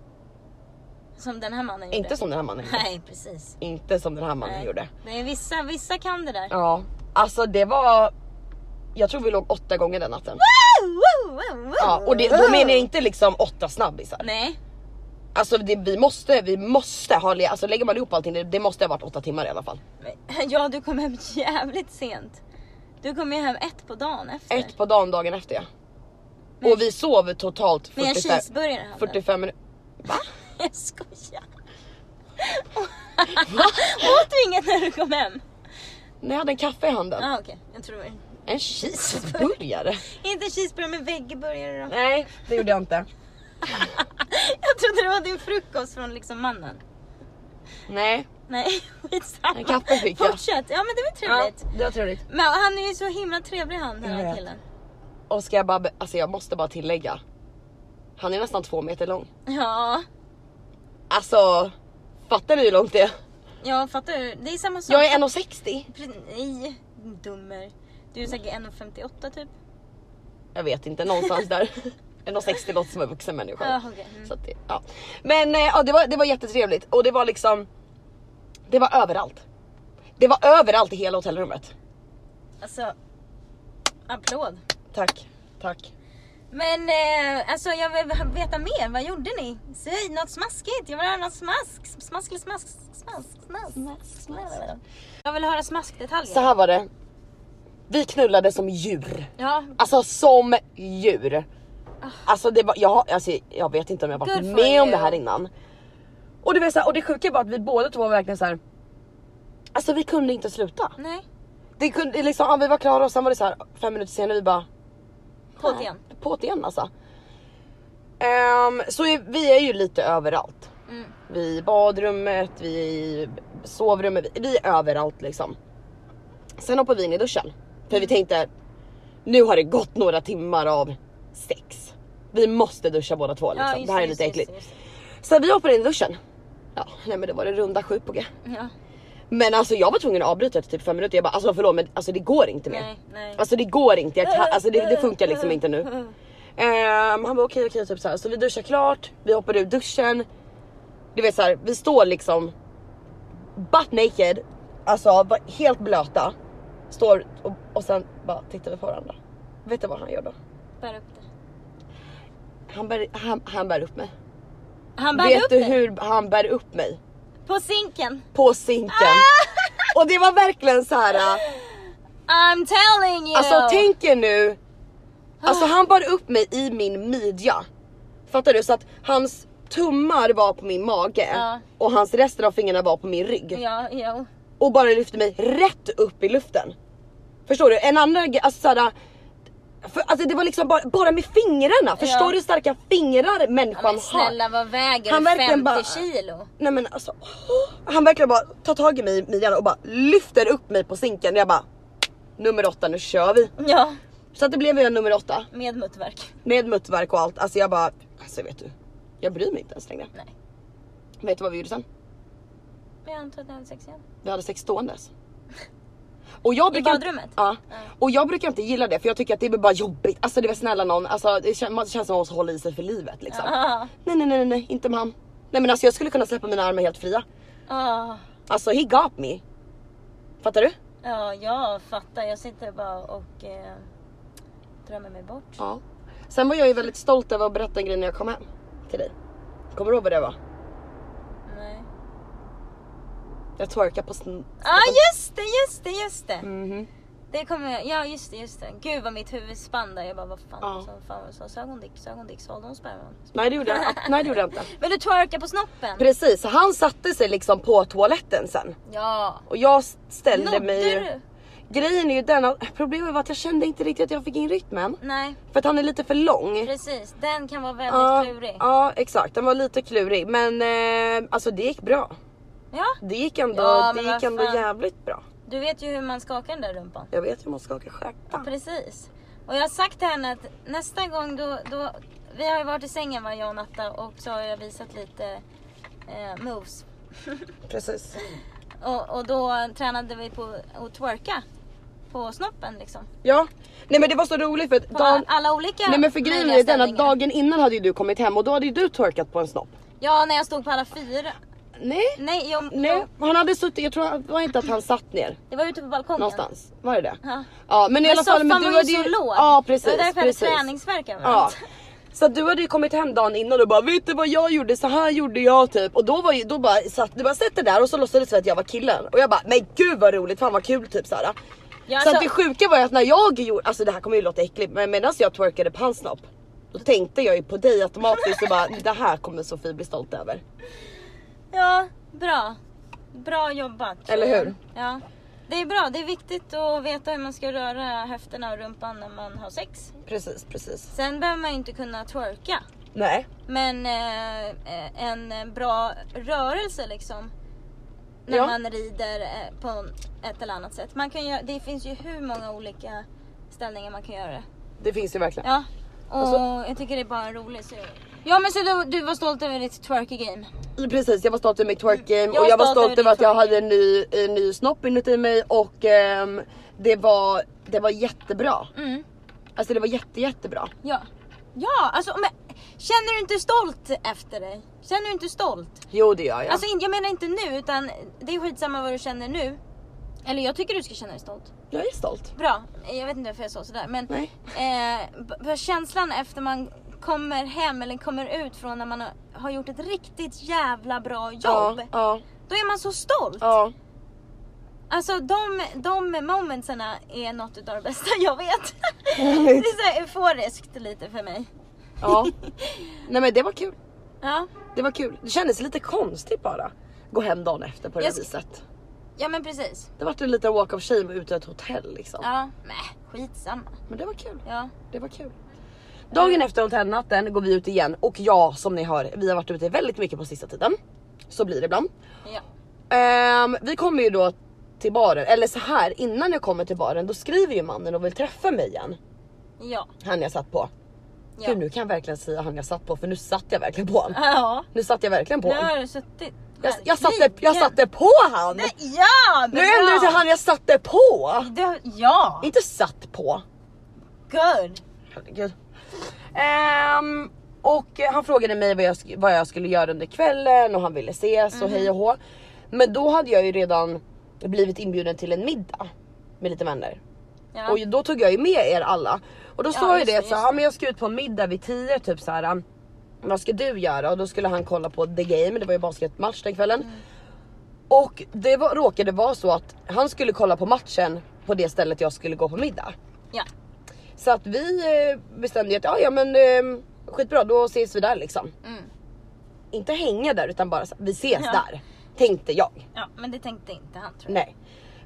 Speaker 2: Som den här mannen gjorde.
Speaker 1: Inte som den här mannen gjorde.
Speaker 2: Nej precis.
Speaker 1: Inte som den här mannen
Speaker 2: Nej.
Speaker 1: gjorde.
Speaker 2: Nej, vissa, vissa kan det där.
Speaker 1: Ja, alltså det var, jag tror vi låg åtta gånger den natten.
Speaker 2: Wow, wow, wow.
Speaker 1: Ja, och det, då menar jag inte liksom åtta snabbisar.
Speaker 2: Nej,
Speaker 1: Alltså det, vi måste, vi måste ha, le- alltså lägger man ihop allting, det, det måste ha varit åtta timmar i alla fall.
Speaker 2: Men- Ja, du kom hem jävligt sent. Du kom ju hem ett på dagen efter.
Speaker 1: Ett på dagen dagen efter ja. Och vi sov totalt
Speaker 2: Med en
Speaker 1: 45,
Speaker 2: cheeseburgare hade.
Speaker 1: 45 minuter.
Speaker 2: [LAUGHS] Jag skojar. [LAUGHS] Åt du inget när du kom hem?
Speaker 1: Nej jag hade en kaffe i handen.
Speaker 2: Ja ah, okej, jag tror det.
Speaker 1: En cheeseburgare.
Speaker 2: Inte cheeseburgare men veggburgare då. [LAUGHS]
Speaker 1: Nej det gjorde jag inte.
Speaker 2: Jag trodde det var din frukost från liksom mannen.
Speaker 1: Nej.
Speaker 2: Nej [LAUGHS] skitsamma.
Speaker 1: En kaffe fick jag.
Speaker 2: Fortsätt, ja men det var trevligt.
Speaker 1: det var trevligt.
Speaker 2: Men han är ju så himla trevlig han den
Speaker 1: Jag
Speaker 2: här
Speaker 1: vet.
Speaker 2: killen.
Speaker 1: Och ska jag bara, be- alltså jag måste bara tillägga. Han är nästan två meter lång.
Speaker 2: Ja,
Speaker 1: Alltså fattar ni hur långt det är?
Speaker 2: jag fattar du? Det är samma sak.
Speaker 1: Jag är 1,60.
Speaker 2: Pre- Nej, dummer. Du är säkert 1,58 typ.
Speaker 1: Jag vet inte, någonstans
Speaker 2: [LAUGHS]
Speaker 1: där. 1,60 låter som en vuxen människa.
Speaker 2: Ja, okej. Mm.
Speaker 1: Så att det, ja. Men eh, ja, det, var, det var jättetrevligt och det var liksom, det var överallt. Det var överallt i hela hotellrummet.
Speaker 2: Alltså, applåd.
Speaker 1: Tack, tack.
Speaker 2: Men eh, alltså jag vill veta mer, vad gjorde ni? Säg något smaskigt, jag vill höra något smask. Smasklig smask, smask, smask. smask. Jag vill höra smaskdetaljer.
Speaker 1: Mm. Så här var det. Vi knullade som djur.
Speaker 2: ja,
Speaker 1: Alltså som djur. Alltså, det var, jag, har- alltså jag vet inte om jag varit
Speaker 2: Good for
Speaker 1: med om det
Speaker 2: you.
Speaker 1: här innan. Och det, var så här, och det sjuka var att vi båda två var verkligen så här. Alltså vi kunde inte sluta.
Speaker 2: nej.
Speaker 1: Det kunde liksom, ja, vi var klara och sen var det så här fem minuter senare vi bara
Speaker 2: På't igen.
Speaker 1: På't igen alltså. Ehm, så är- vi är ju lite överallt.
Speaker 2: Mm.
Speaker 1: Vi är i badrummet, vi är i sovrummet, vi- vi är överallt liksom. Sen hoppade vi in i duschen. För
Speaker 2: Mm.
Speaker 1: vi tänkte, nu har det gått några timmar av sex. Vi måste duscha båda två liksom.
Speaker 2: just
Speaker 1: det här är
Speaker 2: just
Speaker 1: lite
Speaker 2: just
Speaker 1: äckligt.
Speaker 2: just.
Speaker 1: Så vi hoppade in i duschen. Ja, nej men det var det runda sju på g.
Speaker 2: Ja.
Speaker 1: Men alltså jag var tvungen att avbryta efter typ fem minuter. Jag bara alltså förlåt men alltså det går inte mer.
Speaker 2: Nej, nej.
Speaker 1: Alltså det går inte, jag kan, alltså det, det funkar liksom inte nu. Ehm, han var okej okej typ så här. så vi duschar klart, vi hoppar ur duschen. Du vet så här, vi står liksom butt naked, alltså bara helt blöta. Står och, och sen bara tittar vi på varandra. Vet du vad han gör då?
Speaker 2: Bär upp det.
Speaker 1: Han bär, han, han bär upp mig.
Speaker 2: Han bär
Speaker 1: vet
Speaker 2: upp
Speaker 1: du
Speaker 2: det.
Speaker 1: hur han bär upp mig?
Speaker 2: På sinken.
Speaker 1: På sinken.
Speaker 2: Ah!
Speaker 1: Och det var verkligen så här. äh,
Speaker 2: I'm telling you!
Speaker 1: Alltså tänk er nu,
Speaker 2: Ah.
Speaker 1: alltså han bar upp mig i min midja. Fattar du? Så att hans tummar var på min mage
Speaker 2: Ja.
Speaker 1: och hans resten av fingrarna var på min rygg.
Speaker 2: Ja, jo.
Speaker 1: Och bara lyfte mig rätt upp i luften. Förstår du? En annan grej, alltså såhär, för, alltså det var liksom bara, bara med fingrarna, förstår
Speaker 2: Ja.
Speaker 1: du hur starka fingrar människan
Speaker 2: Men
Speaker 1: har?
Speaker 2: snälla vad väger
Speaker 1: Han
Speaker 2: du?
Speaker 1: verkligen
Speaker 2: 50
Speaker 1: bara-
Speaker 2: kilo?
Speaker 1: Nej men alltså, åh. han verkligen bara tar tag i mig i midjan och bara lyfter upp mig på sinken. Jag bara, nummer åtta nu kör vi.
Speaker 2: Ja,
Speaker 1: Så att det blev ju en nummer åtta.
Speaker 2: med muttverk.
Speaker 1: med muttverk och allt. Alltså jag bara, alltså vet du, jag bryr mig inte ens längre.
Speaker 2: Nej.
Speaker 1: Vet du vad vi gjorde sen?
Speaker 2: Men jag antar att jag hade sex igen.
Speaker 1: Vi hade sex ståendes. Och jag brukar,
Speaker 2: badrummet?
Speaker 1: Ja. Och jag brukar inte gilla det för jag tycker att det blir bara jobbigt. Alltså det var snälla någon, alltså det kän- man- det känns som att man måste hålla i sig för livet liksom.
Speaker 2: Ah,
Speaker 1: Nej, nej, nej, nej, nej, inte med han. Nej men alltså jag skulle kunna släppa mina armar helt fria.
Speaker 2: ah,
Speaker 1: Alltså he got me. Fattar du?
Speaker 2: ja, jag fattar. Jag sitter bara och eh, drömmer mig bort.
Speaker 1: Ja. Sen var jag ju väldigt stolt över att berätta en grej när jag kom hem till dig. Kommer du ihåg vad det var?
Speaker 2: Nej.
Speaker 1: Jag twerkade på sn...
Speaker 2: Ja ah, just det, just det, just det.
Speaker 1: Mhm.
Speaker 2: Det kommer jag, ja just det, just det. Gud vad mitt huvud spann där. Jag bara vad fan,
Speaker 1: Ja.
Speaker 2: så, fan så, sög hon dick, sög hon dick, sålde hon sperman?
Speaker 1: Nej det gjorde jag, nej, det gjorde jag inte.
Speaker 2: Men du twerkar på snoppen?
Speaker 1: Precis, så han satte sig liksom på toaletten sen.
Speaker 2: ja.
Speaker 1: Och jag ställde
Speaker 2: Nådde
Speaker 1: mig...
Speaker 2: du?
Speaker 1: Grejen är ju den att problemet var att jag kände inte riktigt att jag fick in rytmen.
Speaker 2: Nej,
Speaker 1: För att han är lite för lång.
Speaker 2: precis. Den kan vara väldigt
Speaker 1: Ja,
Speaker 2: klurig.
Speaker 1: ja exakt, han var lite klurig. Men eh, alltså det gick bra.
Speaker 2: Ja,
Speaker 1: Det gick ändå,
Speaker 2: Ja,
Speaker 1: det
Speaker 2: men
Speaker 1: gick
Speaker 2: vad
Speaker 1: ändå
Speaker 2: fan.
Speaker 1: jävligt bra.
Speaker 2: du vet ju hur man skakar den där rumpan.
Speaker 1: Jag vet hur man skakar stjärtan.
Speaker 2: Precis. Och jag har sagt till henne att nästa gång då, då vi har ju varit i sängen var jag och Natta och så har jag visat lite eh, moves.
Speaker 1: Precis.
Speaker 2: Och, och då tränade vi på att twerka på snoppen liksom.
Speaker 1: Ja, nej men det var så roligt för att
Speaker 2: På
Speaker 1: dagen...
Speaker 2: alla olika
Speaker 1: Nej men för grejen
Speaker 2: möjliga
Speaker 1: är den att
Speaker 2: ställningar.
Speaker 1: dagen innan hade ju du kommit hem och då hade ju du twerkat på en snopp.
Speaker 2: Ja, när jag stod på alla fyra.
Speaker 1: Nej.
Speaker 2: Nej, jag,
Speaker 1: Nej,
Speaker 2: Jag,
Speaker 1: han hade suttit, jag tror det var inte att han satt ner.
Speaker 2: det var ute på balkongen.
Speaker 1: Någonstans, var det det?
Speaker 2: Ja.
Speaker 1: Ja men i
Speaker 2: Men
Speaker 1: alla fall
Speaker 2: soffan
Speaker 1: men
Speaker 2: var
Speaker 1: du
Speaker 2: ju
Speaker 1: hade ju
Speaker 2: så låg.
Speaker 1: Ja precis.
Speaker 2: Det var därför
Speaker 1: precis.
Speaker 2: jag hade träningsvärk
Speaker 1: Ja.
Speaker 2: överallt.
Speaker 1: Så att du hade ju kommit hem dagen innan och bara vet du vad jag gjorde? Så här gjorde jag typ. Och då var ju, då bara satt du bara sätter där och så låtsades det att jag var killen. Och jag bara men gud vad roligt, fan vad kul typ såhär.
Speaker 2: Ja,
Speaker 1: så att
Speaker 2: alltså,
Speaker 1: det sjuka var ju att när jag gjorde, alltså det här kommer ju låta äckligt men medan jag twerkade på hans snopp. Då tänkte jag ju på dig automatiskt och bara det här kommer Sofie bli stolt över.
Speaker 2: ja, bra. Bra jobbat.
Speaker 1: Eller hur?
Speaker 2: Ja. Det är bra, det är viktigt att veta hur man ska röra höfterna och rumpan när man har sex.
Speaker 1: Precis precis.
Speaker 2: Sen behöver man ju inte kunna twerka.
Speaker 1: Nej.
Speaker 2: Men eh, eh, en bra rörelse liksom. När
Speaker 1: Ja.
Speaker 2: man rider eh, på en- ett eller annat sätt. Man kan göra, det finns ju hur många olika ställningar man kan göra det.
Speaker 1: Det finns ju verkligen.
Speaker 2: Ja. Och
Speaker 1: Alltså-
Speaker 2: jag tycker det är bara roligt. Så... Ja men så du, du var stolt över ditt twerky game.
Speaker 1: Precis, jag var stolt över mitt twerk game
Speaker 2: Mm. Jag
Speaker 1: och jag var
Speaker 2: stolt
Speaker 1: stolt
Speaker 2: över
Speaker 1: över att
Speaker 2: ditt
Speaker 1: jag
Speaker 2: twerk
Speaker 1: hade en ny, en ny snopp inuti mig och ehm, det, var, det var jättebra.
Speaker 2: Mm.
Speaker 1: Alltså det var jätte, jättebra.
Speaker 2: Ja. Ja alltså men känner du inte stolt efter dig? Känner du inte stolt?
Speaker 1: Jo det gör jag.
Speaker 2: Alltså in- jag menar inte nu utan det är skitsamma vad du känner nu. Eller jag tycker du ska känna dig stolt.
Speaker 1: jag är stolt.
Speaker 2: Bra, jag vet inte varför jag sa sådär men
Speaker 1: Nej.
Speaker 2: eh, b- för känslan efter man kommer hem eller kommer ut från när man har- har gjort ett riktigt jävla bra jobb.
Speaker 1: Ja, ja,
Speaker 2: Då är man så stolt.
Speaker 1: ja.
Speaker 2: Alltså de, de momentsen är något utav det bästa [LAUGHS] jag vet. det är så här euforiskt lite för mig. [LAUGHS]
Speaker 1: ja. Nej men det var kul.
Speaker 2: Ja,
Speaker 1: Det var kul. Det kändes lite konstigt bara. Gå hem dagen efter på det
Speaker 2: Jag
Speaker 1: här
Speaker 2: sk-
Speaker 1: viset.
Speaker 2: ja men precis.
Speaker 1: Det var en liten walk of shame ute i ett hotell liksom.
Speaker 2: Ja, nej skitsamma.
Speaker 1: Men det var kul.
Speaker 2: Ja.
Speaker 1: Det var kul. Dagen efter hotellnatten går vi ut igen och ja som ni hör, vi har varit ute väldigt mycket på sista tiden. Så blir det ibland.
Speaker 2: ja.
Speaker 1: Ehm, vi kommer ju då till baren, eller så här innan jag kommer till baren då skriver ju mannen och vill träffa mig igen.
Speaker 2: Ja.
Speaker 1: Han jag satt på.
Speaker 2: Ja.
Speaker 1: Gud nu kan jag verkligen säga han jag satt på för nu satt jag verkligen på honom.
Speaker 2: Ja.
Speaker 1: Nu satt jag verkligen på
Speaker 2: Nu
Speaker 1: honom.
Speaker 2: har du suttit.
Speaker 1: Jag, jag, satte, jag
Speaker 2: Verkligen.
Speaker 1: satte på han!
Speaker 2: Nej, Ja!
Speaker 1: Nu ändrade det till han jag satte på!
Speaker 2: Det, ja!
Speaker 1: Inte satt på.
Speaker 2: Good!
Speaker 1: Herregud. Ehm, och eh, han frågade mig vad jag, sk- vad jag skulle göra under kvällen och han ville ses och hej och hå. Men då hade jag ju redan blivit inbjuden till en middag med lite vänner.
Speaker 2: Ja.
Speaker 1: Och då tog jag ju med er alla. Och då sa ju
Speaker 2: just
Speaker 1: det
Speaker 2: det,
Speaker 1: att så,
Speaker 2: just
Speaker 1: ja, men jag ska ut på en middag vid 10 typ så här. Vad ska du göra? Och då skulle han kolla på the game, det var ju basketmatch den kvällen.
Speaker 2: Mm.
Speaker 1: Och det var, råkade vara så att han skulle kolla på matchen på det stället jag skulle gå på middag.
Speaker 2: ja.
Speaker 1: Så att vi eh, bestämde ju att ja, ja men eh, skitbra då ses vi där liksom.
Speaker 2: Mm.
Speaker 1: Inte hänga där utan bara så, vi ses
Speaker 2: Ja.
Speaker 1: där. Tänkte jag.
Speaker 2: ja, men det tänkte inte han tror jag.
Speaker 1: Nej.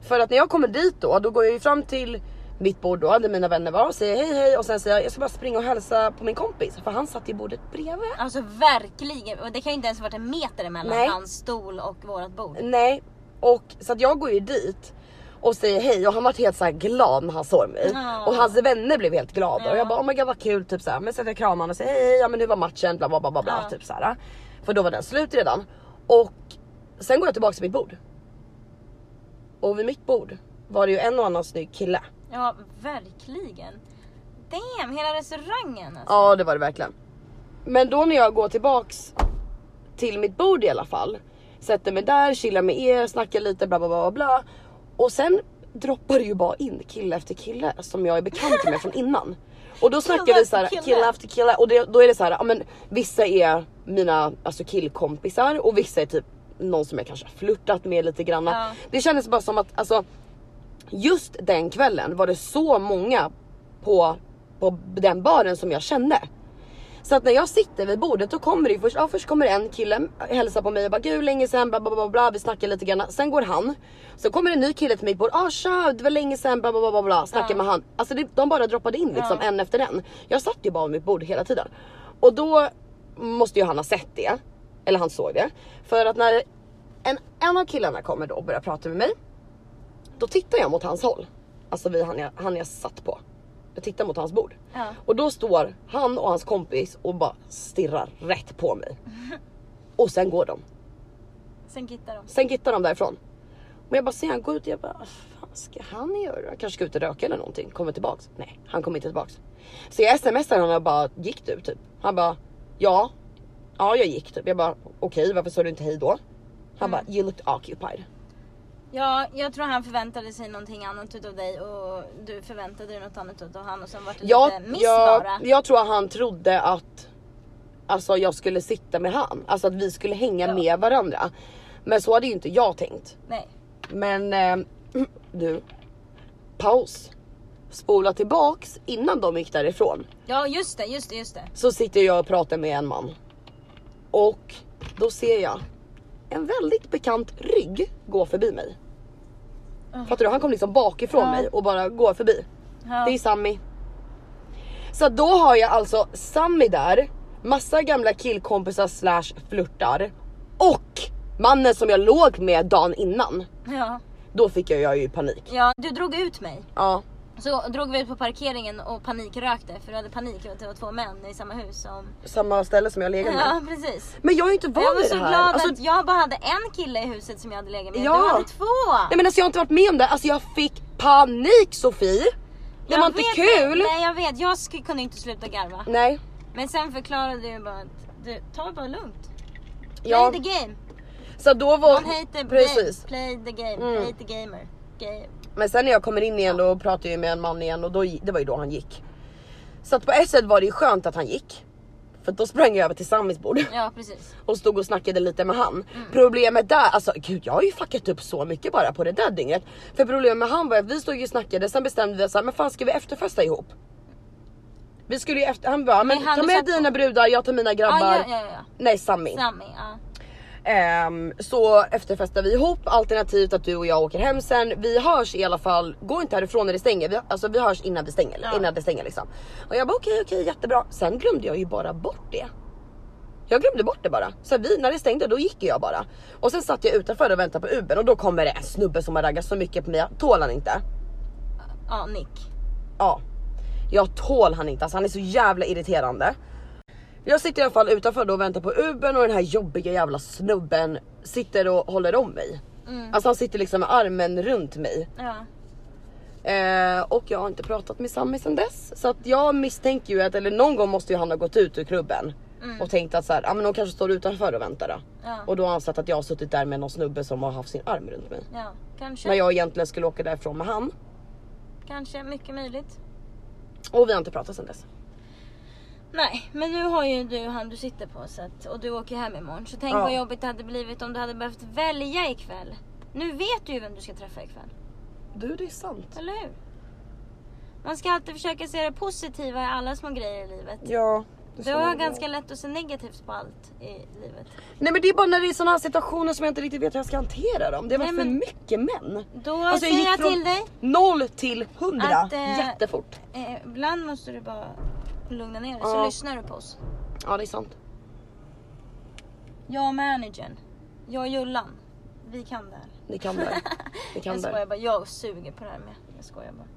Speaker 1: För att när jag kommer dit då, då går jag ju fram till mitt bord då där mina vänner var och säger hej hej och sen säger jag jag ska bara springa och hälsa på min kompis för han satt i bordet bredvid.
Speaker 2: Alltså verkligen, och det kan ju inte ens ha varit en meter emellan
Speaker 1: Nej.
Speaker 2: hans stol och vårat bord.
Speaker 1: Nej. Och så att jag går ju dit och säger hej och han vart helt så här glad när han såg mig.
Speaker 2: Ja.
Speaker 1: Och hans vänner blev helt glada och
Speaker 2: Ja.
Speaker 1: jag bara oh my god vad kul typ så här. Men så att jag kramar honom och säger hej ja men hur var matchen bla bla bla bla bla
Speaker 2: Ja.
Speaker 1: typ så här. För då var den slut redan. Och sen går jag tillbaka till mitt bord. Och vid mitt bord var det ju en och annan snygg kille.
Speaker 2: Ja, verkligen. Damn, hela restaurangen alltså.
Speaker 1: Ja det var det verkligen. Men då när jag går tillbaks till mitt bord i alla fall. Sätter mig där, chillar med er, snackar lite bla bla bla bla, bla. Och sen droppar det ju bara in kille efter kille som jag är bekant med från innan. Och då snackar
Speaker 2: Kille
Speaker 1: vi så här,
Speaker 2: efter kille.
Speaker 1: kille efter kille och det, då är det så här, ja men vissa är mina alltså killkompisar och vissa är typ någon som jag kanske har flörtat med lite grann.
Speaker 2: Ja.
Speaker 1: Det kändes bara som att alltså just den kvällen var det så många på, på den baren som jag kände. Så att när jag sitter vid bordet då kommer det ju först, ja, först kommer en kille hälsa på mig och bara gud länge sen bla bla bla bla vi snackar lite grann. Sen går han. Så kommer en ny kille till mitt bord, ah tja det var länge sen bla bla bla bla bla snackar
Speaker 2: Ja.
Speaker 1: med han. Alltså det, de bara droppade in liksom
Speaker 2: Ja.
Speaker 1: en efter en. Jag satt ju bara vid mitt bord hela tiden. Och då måste ju han ha sett det. Eller han såg det. För att när en, en av killarna kommer då och börjar prata med mig. Då tittar jag mot hans håll. Alltså vid han jag, han jag satt på. Jag tittar mot hans bord.
Speaker 2: Ja.
Speaker 1: Och då står han och hans kompis och bara stirrar rätt på mig. Och sen går de.
Speaker 2: Sen kittar de.
Speaker 1: Sen gittar de därifrån. Men jag bara ser han gå ut och jag bara, vad fan ska han göra? Han kanske ska ut och röka eller någonting. Kommer tillbaks? Nej, han kommer inte tillbaks. Så jag smsar honom och bara, gick du typ? Han bara, ja. Ja, jag gick typ. Jag bara, okej, varför sa du inte hej då? Han bara, you looked occupied.
Speaker 2: Ja, jag tror han förväntade sig någonting annat utav dig och du förväntade dig något annat utav han och sen vart det
Speaker 1: Jag,
Speaker 2: lite miss
Speaker 1: jag,
Speaker 2: bara.
Speaker 1: jag tror att han trodde att alltså, jag skulle sitta med han. Alltså att vi skulle hänga
Speaker 2: Ja.
Speaker 1: med varandra. Men så hade ju inte jag tänkt.
Speaker 2: Nej.
Speaker 1: Men eh, [CLEARS THROAT] du, paus. Spola tillbaks innan de gick därifrån.
Speaker 2: Ja just det, just det, just det.
Speaker 1: Så sitter jag och pratar med en man. Och då ser jag en väldigt bekant rygg gå förbi mig.
Speaker 2: Ah.
Speaker 1: Fattar du? Han kom liksom bakifrån
Speaker 2: Ja.
Speaker 1: mig och bara går förbi.
Speaker 2: Ja.
Speaker 1: Det är Sammy. Så då har jag alltså Sammy där, massa gamla killkompisar slash flörtar och mannen som jag låg med dagen innan.
Speaker 2: ja.
Speaker 1: Då fick jag, jag ju panik.
Speaker 2: ja, du drog ut mig.
Speaker 1: Ja,
Speaker 2: Så drog vi ut på parkeringen och panikrökte för du hade panik över att det var två män i samma hus som...
Speaker 1: samma ställe som jag legat med.
Speaker 2: Ja precis.
Speaker 1: Men jag är ju inte van
Speaker 2: Jag var
Speaker 1: vid
Speaker 2: så
Speaker 1: det här.
Speaker 2: glad
Speaker 1: Alltså,
Speaker 2: att jag bara hade en kille i huset som jag hade legat med.
Speaker 1: Ja.
Speaker 2: Du hade två!
Speaker 1: Nej men alltså jag har inte varit med om det. Alltså jag fick panik Sofie. Det
Speaker 2: Jag
Speaker 1: var inte
Speaker 2: vet-
Speaker 1: kul.
Speaker 2: Nej jag vet, jag sk- kunde inte sluta garva.
Speaker 1: Nej.
Speaker 2: Men sen förklarade jag bara att du, ta det bara lugnt.
Speaker 1: Ja,
Speaker 2: Play the game.
Speaker 1: så då var...
Speaker 2: Don't hate the
Speaker 1: Precis.
Speaker 2: Play, play the game.
Speaker 1: Mm.
Speaker 2: Play the gamer. Game.
Speaker 1: Men sen när jag kommer in igen då pratar jag ju med en man igen och då, det var ju då han gick. Så att på ett sätt var det ju skönt att han gick. För då sprang jag över till Samis bord
Speaker 2: Ja Mm. precis.
Speaker 1: och stod och snackade lite med han. Problemet där, alltså gud jag har ju fuckat upp så mycket bara på det där dygnet. För problemet med han var att vi stod ju och snackade, sen bestämde vi oss såhär, men fan ska vi efterfesta ihop? Vi skulle ju efter, han bara, men
Speaker 2: han
Speaker 1: ta
Speaker 2: du
Speaker 1: med
Speaker 2: satt på.
Speaker 1: dina brudar, jag tar mina grabbar.
Speaker 2: Ah, ja, ja,
Speaker 1: Nej Sami.
Speaker 2: ja. Sammy. Ja.
Speaker 1: Ehm, så efterfestar vi ihop alternativt att du och jag åker hem sen. Vi hörs i alla fall, gå inte härifrån när det stänger. Vi, alltså vi hörs innan vi stänger,
Speaker 2: Ja.
Speaker 1: innan det stänger liksom. Och jag bara okej okej jättebra. Sen glömde jag ju bara bort det. Jag glömde bort det bara. Så vi, när det stängde då gick jag bara. Och sen satt jag utanför och väntade på Ubern och då kommer det en snubbe som har raggat så mycket på mig. Jag Tål han inte?
Speaker 2: ja, Nick.
Speaker 1: Ja. Jag tål han inte alltså, han är så jävla irriterande. Jag sitter i alla fall utanför då och väntar på Ubern och den här jobbiga jävla snubben sitter och håller om mig. Alltså han sitter liksom med armen runt mig.
Speaker 2: Ja.
Speaker 1: Eh, och jag har inte pratat med Sammy sedan dess. Så att jag misstänker ju att, eller någon gång måste ju han ha gått ut ur klubben. Och tänkt att så här, ah, men hon kanske står utanför och väntar då.
Speaker 2: Ja.
Speaker 1: Och då har han sett att jag har suttit där med någon snubbe som har haft sin arm runt mig.
Speaker 2: Ja, kanske.
Speaker 1: När jag egentligen skulle åka därifrån med han.
Speaker 2: Kanske, mycket möjligt.
Speaker 1: Och vi har inte pratat sedan dess.
Speaker 2: Nej, men nu har ju du han du sitter på så att, och du åker hem imorgon. Så tänk
Speaker 1: Ja.
Speaker 2: vad jobbigt det hade blivit om du hade behövt välja ikväll. Nu vet du ju vem du ska träffa ikväll,
Speaker 1: Du det är sant.
Speaker 2: eller hur? Man ska alltid försöka se det positiva i alla små grejer i livet.
Speaker 1: Ja. det
Speaker 2: Du
Speaker 1: ska
Speaker 2: har
Speaker 1: nog vara.
Speaker 2: ganska lätt att se negativt på allt i livet.
Speaker 1: Nej men det är bara när det är sådana här situationer som jag inte riktigt vet hur jag ska hantera dem. Det var
Speaker 2: Nej,
Speaker 1: för
Speaker 2: men-
Speaker 1: mycket män. Alltså,
Speaker 2: Då säger jag till dig,
Speaker 1: 0 till 100
Speaker 2: Att, eh,
Speaker 1: jättefort.
Speaker 2: eh, ibland måste du bara lugna ner dig så
Speaker 1: Ja.
Speaker 2: lyssnar du på oss.
Speaker 1: Ja det är sant.
Speaker 2: Jag och managern, jag och Jullan, vi kan det här.
Speaker 1: Ni
Speaker 2: [LAUGHS]
Speaker 1: kan det. Ni kan
Speaker 2: jag
Speaker 1: det.
Speaker 2: skojar bara, jag suger på det här med. Jag skojar bara.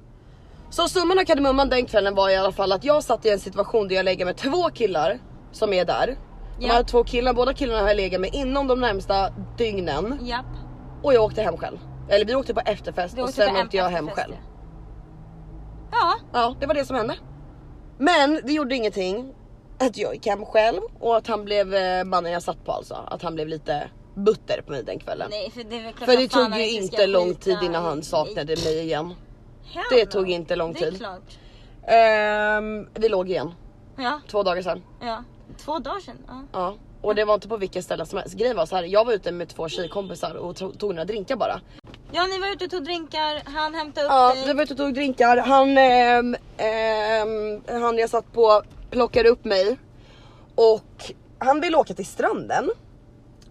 Speaker 1: Så summan av kardemumman den kvällen var i alla fall att jag satt i en situation där jag lägger med två killar som är där. De
Speaker 2: Ja.
Speaker 1: här två killarna, båda killarna har jag legat med inom de närmsta dygnen.
Speaker 2: Japp.
Speaker 1: Och jag åkte hem själv. Eller vi åkte på efterfest
Speaker 2: Du
Speaker 1: och
Speaker 2: åkte
Speaker 1: sen
Speaker 2: på en
Speaker 1: åkte jag hem
Speaker 2: efterfest,
Speaker 1: själv.
Speaker 2: Ja,
Speaker 1: Ja, det var det som hände. Men det gjorde ingenting att jag gick hem själv och att han blev eh, mannen jag satt på alltså. Att han blev lite butter på mig den kvällen.
Speaker 2: nej för det är väl klart
Speaker 1: För
Speaker 2: som
Speaker 1: det
Speaker 2: fan
Speaker 1: tog
Speaker 2: han
Speaker 1: ju
Speaker 2: ska
Speaker 1: inte lång
Speaker 2: skita
Speaker 1: tid innan
Speaker 2: i-
Speaker 1: han saknade mig igen.
Speaker 2: Hem
Speaker 1: det
Speaker 2: då.
Speaker 1: tog inte lång
Speaker 2: Det är
Speaker 1: tid.
Speaker 2: klart.
Speaker 1: Ehm, vi låg igen,
Speaker 2: Ja,
Speaker 1: två dagar sedan.
Speaker 2: ja. Två dagar sedan. Ja.
Speaker 1: Ja. Och det var inte på vilket ställe som helst. Grejen var så här, jag var ute med två tjejkompisar och to- tog några drinkar bara.
Speaker 2: ja, ni var ute och tog drinkar, han hämtade upp
Speaker 1: Ja,
Speaker 2: dig.
Speaker 1: vi var ute och tog drinkar. Han, ehm, ehm, han jag satt på plockade upp mig och han ville åka till stranden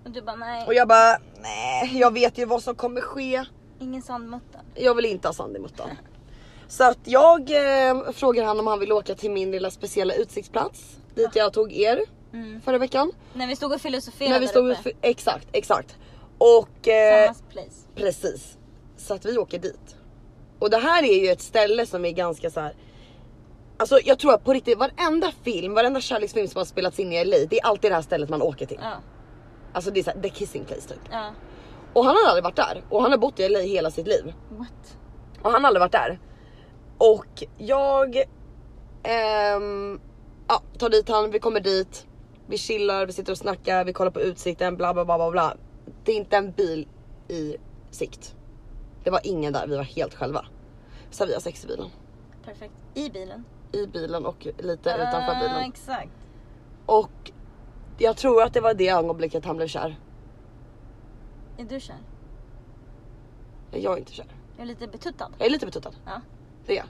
Speaker 2: Och du bara nej,
Speaker 1: och jag bara nej, jag vet ju vad som kommer ske.
Speaker 2: ingen sandmötta.
Speaker 1: Jag vill inte ha sand i muttan. Så att jag eh, frågar han om han vill åka till min lilla speciella utsiktsplats dit jag tog er förra veckan.
Speaker 2: När vi stod och filosoferade
Speaker 1: När vi stod
Speaker 2: Mm. där uppe.
Speaker 1: ut, exakt, exakt. Och eh,
Speaker 2: Sammas place.
Speaker 1: Precis. Så att vi åker dit. Och det här är ju ett ställe som är ganska så här. Alltså jag tror att på riktigt varenda film, varenda kärleksfilm som har spelats in i LA, det är alltid det här stället man åker till.
Speaker 2: Ja,
Speaker 1: Alltså det är så här, the kissing place typ.
Speaker 2: ja.
Speaker 1: Och han har aldrig varit där och han har bott i LA hela sitt liv.
Speaker 2: What?
Speaker 1: Och han har aldrig varit där. Och jag ehm, ja, tar dit han, vi kommer dit, vi chillar, vi sitter och snackar, vi kollar på utsikten, bla bla bla bla bla. Det är inte en bil i sikt. Det var ingen där, vi var helt själva. Så vi har sex i bilen.
Speaker 2: Perfekt. I bilen.
Speaker 1: I bilen och lite utanför
Speaker 2: Ah,
Speaker 1: bilen.
Speaker 2: Exakt.
Speaker 1: Och jag tror att det var det ögonblicket han blev kär.
Speaker 2: Är du kär?
Speaker 1: Jag är inte kär.
Speaker 2: Jag är lite betuttad.
Speaker 1: Jag är lite betuttad.
Speaker 2: Ja.
Speaker 1: Det är jag.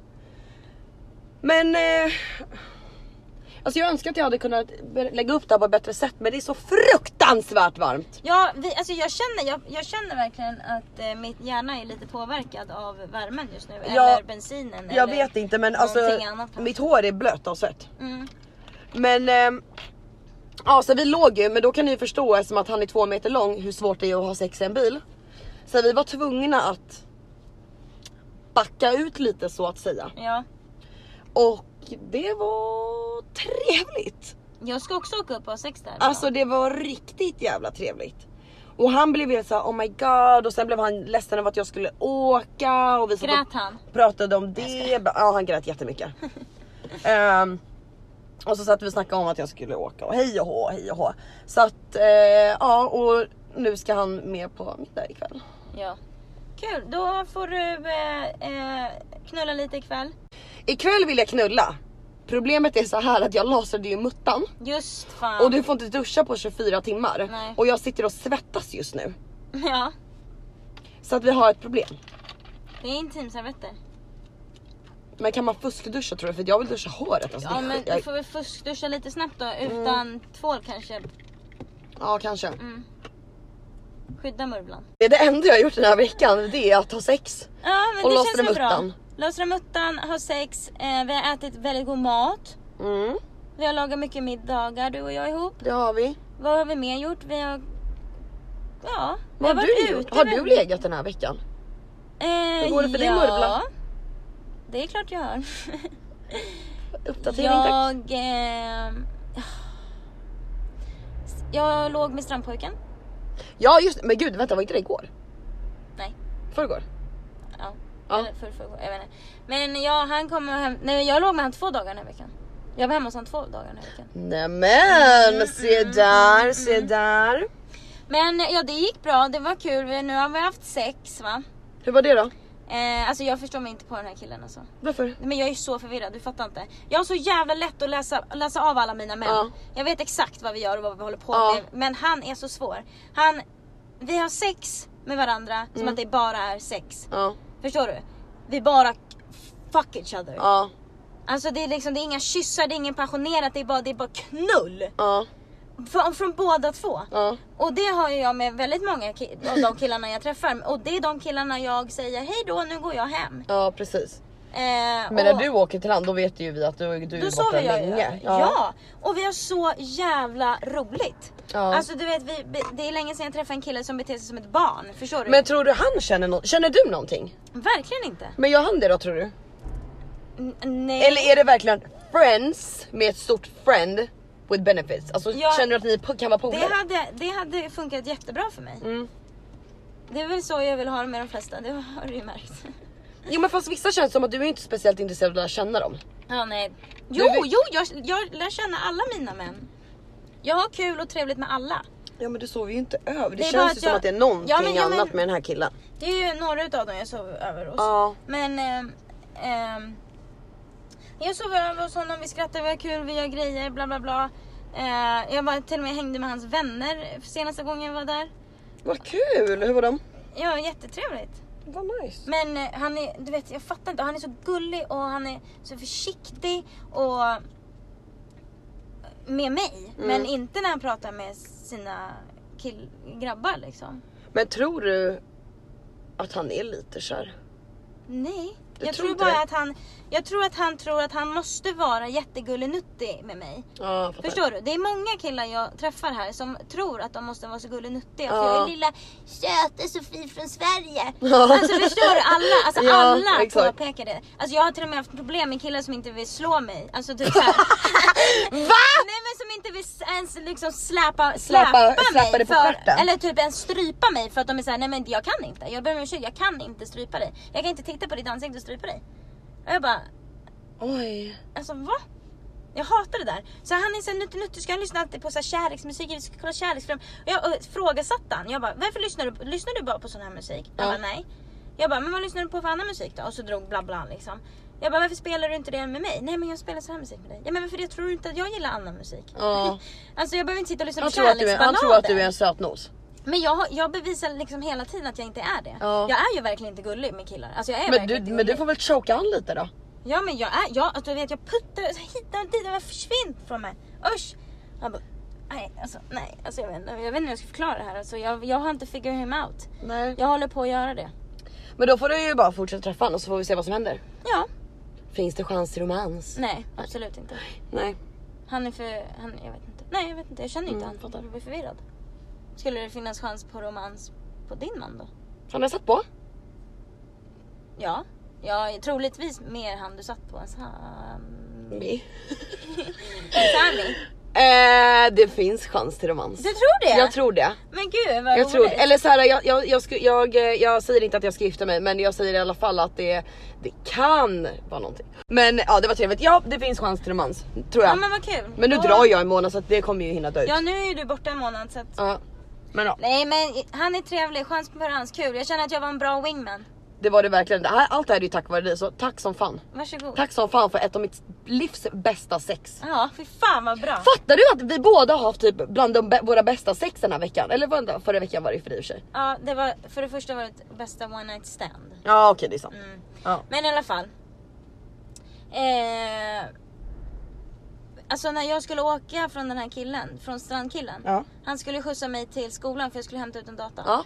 Speaker 1: Men... Eh, alltså jag önskar att jag hade kunnat ber- lägga upp det här på ett bättre sätt men det är så fruktansvärt varmt.
Speaker 2: Ja, vi, alltså jag, känner, jag, jag känner verkligen att eh, mitt hjärna är lite påverkad av värmen just nu.
Speaker 1: Ja,
Speaker 2: eller bensinen.
Speaker 1: jag
Speaker 2: eller
Speaker 1: vet inte men alltså
Speaker 2: någonting annat.
Speaker 1: mitt hår är blött av svett.
Speaker 2: Mm.
Speaker 1: Men... ehm, ja så vi låg ju men då kan ni ju förstå eftersom att han är två meter lång hur svårt det är att ha sex i en bil. Så vi var tvungna att backa ut lite så att säga.
Speaker 2: Ja.
Speaker 1: Och det var trevligt.
Speaker 2: Jag ska också åka upp och ha sex där.
Speaker 1: Alltså det var riktigt jävla trevligt. Och han blev helt såhär oh my god och sen blev han ledsen över att jag skulle åka och vi satt
Speaker 2: Grät han?
Speaker 1: och pratade om det. Ja han grät jättemycket.
Speaker 2: [LAUGHS]
Speaker 1: Ehm, och så satt vi och snackade om att jag skulle åka och hej och hå, hej och hå. Så att eh, ja och nu ska han med på middag ikväll.
Speaker 2: Ja. Kul, då får du eh, eh, knulla lite ikväll.
Speaker 1: Ikväll vill jag knulla. Problemet är så här att jag lasrade ju muttan
Speaker 2: Just fan.
Speaker 1: och du får inte duscha på 24 timmar.
Speaker 2: Nej.
Speaker 1: Och jag sitter och svettas just nu.
Speaker 2: [LAUGHS] Ja,
Speaker 1: Så att vi har ett problem.
Speaker 2: det är intimservetter.
Speaker 1: Men kan man fuskduscha tror du? För jag vill duscha håret. Alltså,
Speaker 2: Ja
Speaker 1: det-
Speaker 2: men du
Speaker 1: jag, Mm.
Speaker 2: får väl fuskduscha lite snabbt då utan tvål kanske. Mm.
Speaker 1: ja kanske.
Speaker 2: Skydda murvlan.
Speaker 1: Det är det enda jag har gjort den här veckan. Det är att ha sex.
Speaker 2: Ja men
Speaker 1: Och
Speaker 2: det
Speaker 1: lösra
Speaker 2: känns väl bra.
Speaker 1: muttan.
Speaker 2: Lösra muttan, ha sex, eh, vi har ätit väldigt god mat.
Speaker 1: Mm,
Speaker 2: Vi har lagat mycket middagar du och jag ihop.
Speaker 1: det har vi.
Speaker 2: Vad har vi mer gjort? Vi har... Ja, vi
Speaker 1: Vad har
Speaker 2: varit
Speaker 1: du gjort?
Speaker 2: ute
Speaker 1: Har du
Speaker 2: väldigt-
Speaker 1: legat den här veckan?
Speaker 2: Eh,
Speaker 1: Hur går det för
Speaker 2: ja.
Speaker 1: din murvla?
Speaker 2: Det
Speaker 1: [LAUGHS]
Speaker 2: är klart jag har.
Speaker 1: Uppdatering tack.
Speaker 2: jag... Eh, Jag låg med strandpojken.
Speaker 1: Ja just men gud vänta var inte det igår?
Speaker 2: Nej.
Speaker 1: Förrgår?
Speaker 2: Ja.
Speaker 1: Ja.
Speaker 2: Eller för, för, jag vet inte. Men jag, han kom hem, nej, jag låg med han två dagar den här veckan. Jag var hemma hos han två dagar den här veckan.
Speaker 1: Nämen
Speaker 2: Mm,
Speaker 1: se där, se där.
Speaker 2: Men ja, det gick bra, det var kul. Vi- Nu har vi haft sex va.
Speaker 1: Hur var det då?
Speaker 2: Eh, alltså jag förstår mig inte på den här killen alltså.
Speaker 1: Varför?
Speaker 2: Nej, Men jag är så förvirrad, du fattar inte. Jag har så jävla lätt att läsa, läsa av alla mina män.
Speaker 1: Ja.
Speaker 2: Jag vet exakt vad vi gör och vad vi håller på
Speaker 1: Ja.
Speaker 2: med. Men han är så svår. Han, vi har sex med varandra som
Speaker 1: Mm.
Speaker 2: att det bara är sex.
Speaker 1: Ja,
Speaker 2: Förstår du? Vi bara fuck each other.
Speaker 1: ja,
Speaker 2: Alltså det är liksom, det är inga kyssar, det är ingen passionerat, det är bara, det är bara knull!
Speaker 1: ja,
Speaker 2: Från, från båda två.
Speaker 1: ja.
Speaker 2: Och det har ju jag med väldigt många ki- av de killarna jag träffar. Och det är de killarna jag säger hej då, nu går jag hem.
Speaker 1: Ja precis.
Speaker 2: Eh,
Speaker 1: Men när
Speaker 2: och-
Speaker 1: du åker till land då vet ju vi att du, du är
Speaker 2: Då
Speaker 1: borta
Speaker 2: sover jag ju.
Speaker 1: länge.
Speaker 2: Ja. och vi har så jävla roligt.
Speaker 1: Ja.
Speaker 2: Alltså du vet, vi, vi- det är länge sedan jag träffade en kille som beter sig som ett barn. Förstår du?
Speaker 1: Men tror du han känner något? Känner du någonting?
Speaker 2: Verkligen inte.
Speaker 1: Men gör han det då tror du?
Speaker 2: N- nej.
Speaker 1: Eller är det verkligen friends med ett stort friend with benefits? Alltså
Speaker 2: Ja.
Speaker 1: känner du att ni po- kan vara polare?
Speaker 2: det, hade, det hade funkat jättebra för mig.
Speaker 1: Mm.
Speaker 2: Det är väl så jag vill ha det med de flesta, det har du ju märkt.
Speaker 1: Jo men fast vissa känns som att du är inte speciellt intresserad av att lära känna dem.
Speaker 2: Ja nej.
Speaker 1: Du
Speaker 2: Jo,
Speaker 1: vet-
Speaker 2: jo, jag, jag lär känna alla mina män. Jag har kul och trevligt med alla.
Speaker 1: Ja men du sover ju inte över. Det,
Speaker 2: Det är bara
Speaker 1: känns ju
Speaker 2: att
Speaker 1: som
Speaker 2: jag-
Speaker 1: att det är någonting
Speaker 2: Ja, men- ja, men-
Speaker 1: annat med den här killen.
Speaker 2: Det är ju några utav dem jag sover över hos.
Speaker 1: Ja.
Speaker 2: Men ehm, ehm, jag sover över hos honom, vi skrattar, vi har kul, vi gör grejer, bla bla bla. Eh, jag var, till och med hängde med hans vänner senaste gången jag var där.
Speaker 1: Vad kul! Hur var de?
Speaker 2: Ja, jättetrevligt.
Speaker 1: Vad nice.
Speaker 2: Men eh, han är, du vet jag fattar inte, han är så gullig och han är så försiktig och med mig. Men inte när han pratar med sina kill- grabbar liksom.
Speaker 1: Men tror du att han är lite kär?
Speaker 2: Nej.
Speaker 1: Du
Speaker 2: jag
Speaker 1: tror
Speaker 2: tror
Speaker 1: inte
Speaker 2: bara
Speaker 1: det?
Speaker 2: att han, jag tror att han tror att han måste vara jättegullig-nuttig med mig.
Speaker 1: Ja jag fattar.
Speaker 2: Förstår du? Det är många killar jag träffar här som tror att de måste vara så gullenuttiga för
Speaker 1: Ja.
Speaker 2: jag är lilla söta Sofie från Sverige.
Speaker 1: [LAUGHS]
Speaker 2: Alltså förstår du? Alla, alltså
Speaker 1: Ja,
Speaker 2: alla
Speaker 1: exakt.
Speaker 2: påpekar det. Alltså jag har till och med haft problem med killar som inte vill slå mig. Alltså
Speaker 1: [LAUGHS]
Speaker 2: typ såhär. Va? Nej men som inte vill s- ens liksom släpa, släpa,
Speaker 1: Släpa- släpa
Speaker 2: mig.
Speaker 1: dig på
Speaker 2: För,
Speaker 1: stjärten.
Speaker 2: eller typ ens strypa mig för att de är såhär, nej men jag kan inte. Jag ber om ursäkt, jag kan inte strypa dig. Jag kan inte titta på ditt ansikte och strypa dig. Och jag bara,
Speaker 1: Oj.
Speaker 2: Alltså va? Jag hatar det där. Så han är så här, nutti nutti, ska han lyssna alltid på så här kärleksmusik, vi ska kolla kärleksfilm. Och jag och frågasatte han, jag bara varför lyssnar du, lyssnar du bara på sån här musik? Han
Speaker 1: Ja.
Speaker 2: bara nej. Jag bara men vad lyssnar du på för annan musik då? Och så drog bla bla liksom. Jag bara varför spelar du inte det med mig? Nej men jag spelar så här musik med dig. Ja men varför det? Tror du inte att jag gillar annan musik?
Speaker 1: Ja.
Speaker 2: [LAUGHS] Alltså jag behöver inte sitta och lyssna
Speaker 1: Han,
Speaker 2: på
Speaker 1: tror att, du är, han
Speaker 2: kärleksballader.
Speaker 1: tror att du är en sötnos.
Speaker 2: Men jag, har- jag bevisar liksom hela tiden att jag inte är det.
Speaker 1: Ja.
Speaker 2: Jag är ju verkligen inte gullig med killar. Alltså jag är
Speaker 1: Men
Speaker 2: verkligen
Speaker 1: du,
Speaker 2: inte
Speaker 1: men
Speaker 2: gullig.
Speaker 1: du får väl choka han lite då?
Speaker 2: Ja men jag är, jag, alltså, du vet jag puttar hit och dit, och försvinn från mig. Usch! Jag bara, nej alltså nej, alltså, jag, vet, inte- jag vet inte hur jag ska förklara det här. Alltså, jag, jag har inte figure him out.
Speaker 1: Nej.
Speaker 2: Jag håller på att göra det.
Speaker 1: Men då får du ju bara fortsätta träffa honom och så får vi se vad som händer.
Speaker 2: Ja,
Speaker 1: Finns det chans till romans?
Speaker 2: nej absolut inte.
Speaker 1: Nej.
Speaker 2: Han är för, han, jag vet inte. Nej jag vet inte, jag känner inte
Speaker 1: Mm,
Speaker 2: han.
Speaker 1: fattar.
Speaker 2: Jag blir förvirrad. Skulle det finnas chans på romans på din man då?
Speaker 1: Han har satt på?
Speaker 2: Ja. Ja, troligtvis mer han du satt på
Speaker 1: [LAUGHS]
Speaker 2: än Sami.
Speaker 1: Nej.
Speaker 2: Sami.
Speaker 1: Eh, det finns chans till romans.
Speaker 2: Du tror det?
Speaker 1: Jag tror det.
Speaker 2: Men gud vad
Speaker 1: Jag tror
Speaker 2: roligt.
Speaker 1: Eller så här, jag, jag, jag, sku, jag, eh, jag säger inte att jag ska gifta mig men jag säger i alla fall att det, det kan vara någonting. Men ja det var trevligt. Ja det finns chans till romans tror jag.
Speaker 2: Ja men vad kul.
Speaker 1: men nu
Speaker 2: Då-
Speaker 1: drar jag en månad så att det kommer ju hinna dö ut.
Speaker 2: Ja nu är ju du borta en månad så att...
Speaker 1: Ja. Men ja,
Speaker 2: Nej men han är trevlig, chans på hans kul. Jag känner att jag var en bra wingman.
Speaker 1: det var det verkligen. Det här- Allt det här är ju tack vare dig så tack som fan.
Speaker 2: Varsågod.
Speaker 1: Tack som fan för ett av mitt livs bästa sex.
Speaker 2: Ja, fy fan vad bra.
Speaker 1: Fattar du att vi båda har haft typ bland de, bä- våra bästa sex den här veckan? Eller var det- förra veckan var det för dig i och för sig.
Speaker 2: Ja, det var för det första var det bästa one night stand.
Speaker 1: Ja okej det är sant.
Speaker 2: Mm.
Speaker 1: Ja.
Speaker 2: Men i alla fall. Eh, alltså när jag skulle åka från den här killen, från strandkillen.
Speaker 1: Ja.
Speaker 2: Han skulle skjutsa mig till skolan för jag skulle hämta ut en data.
Speaker 1: ja.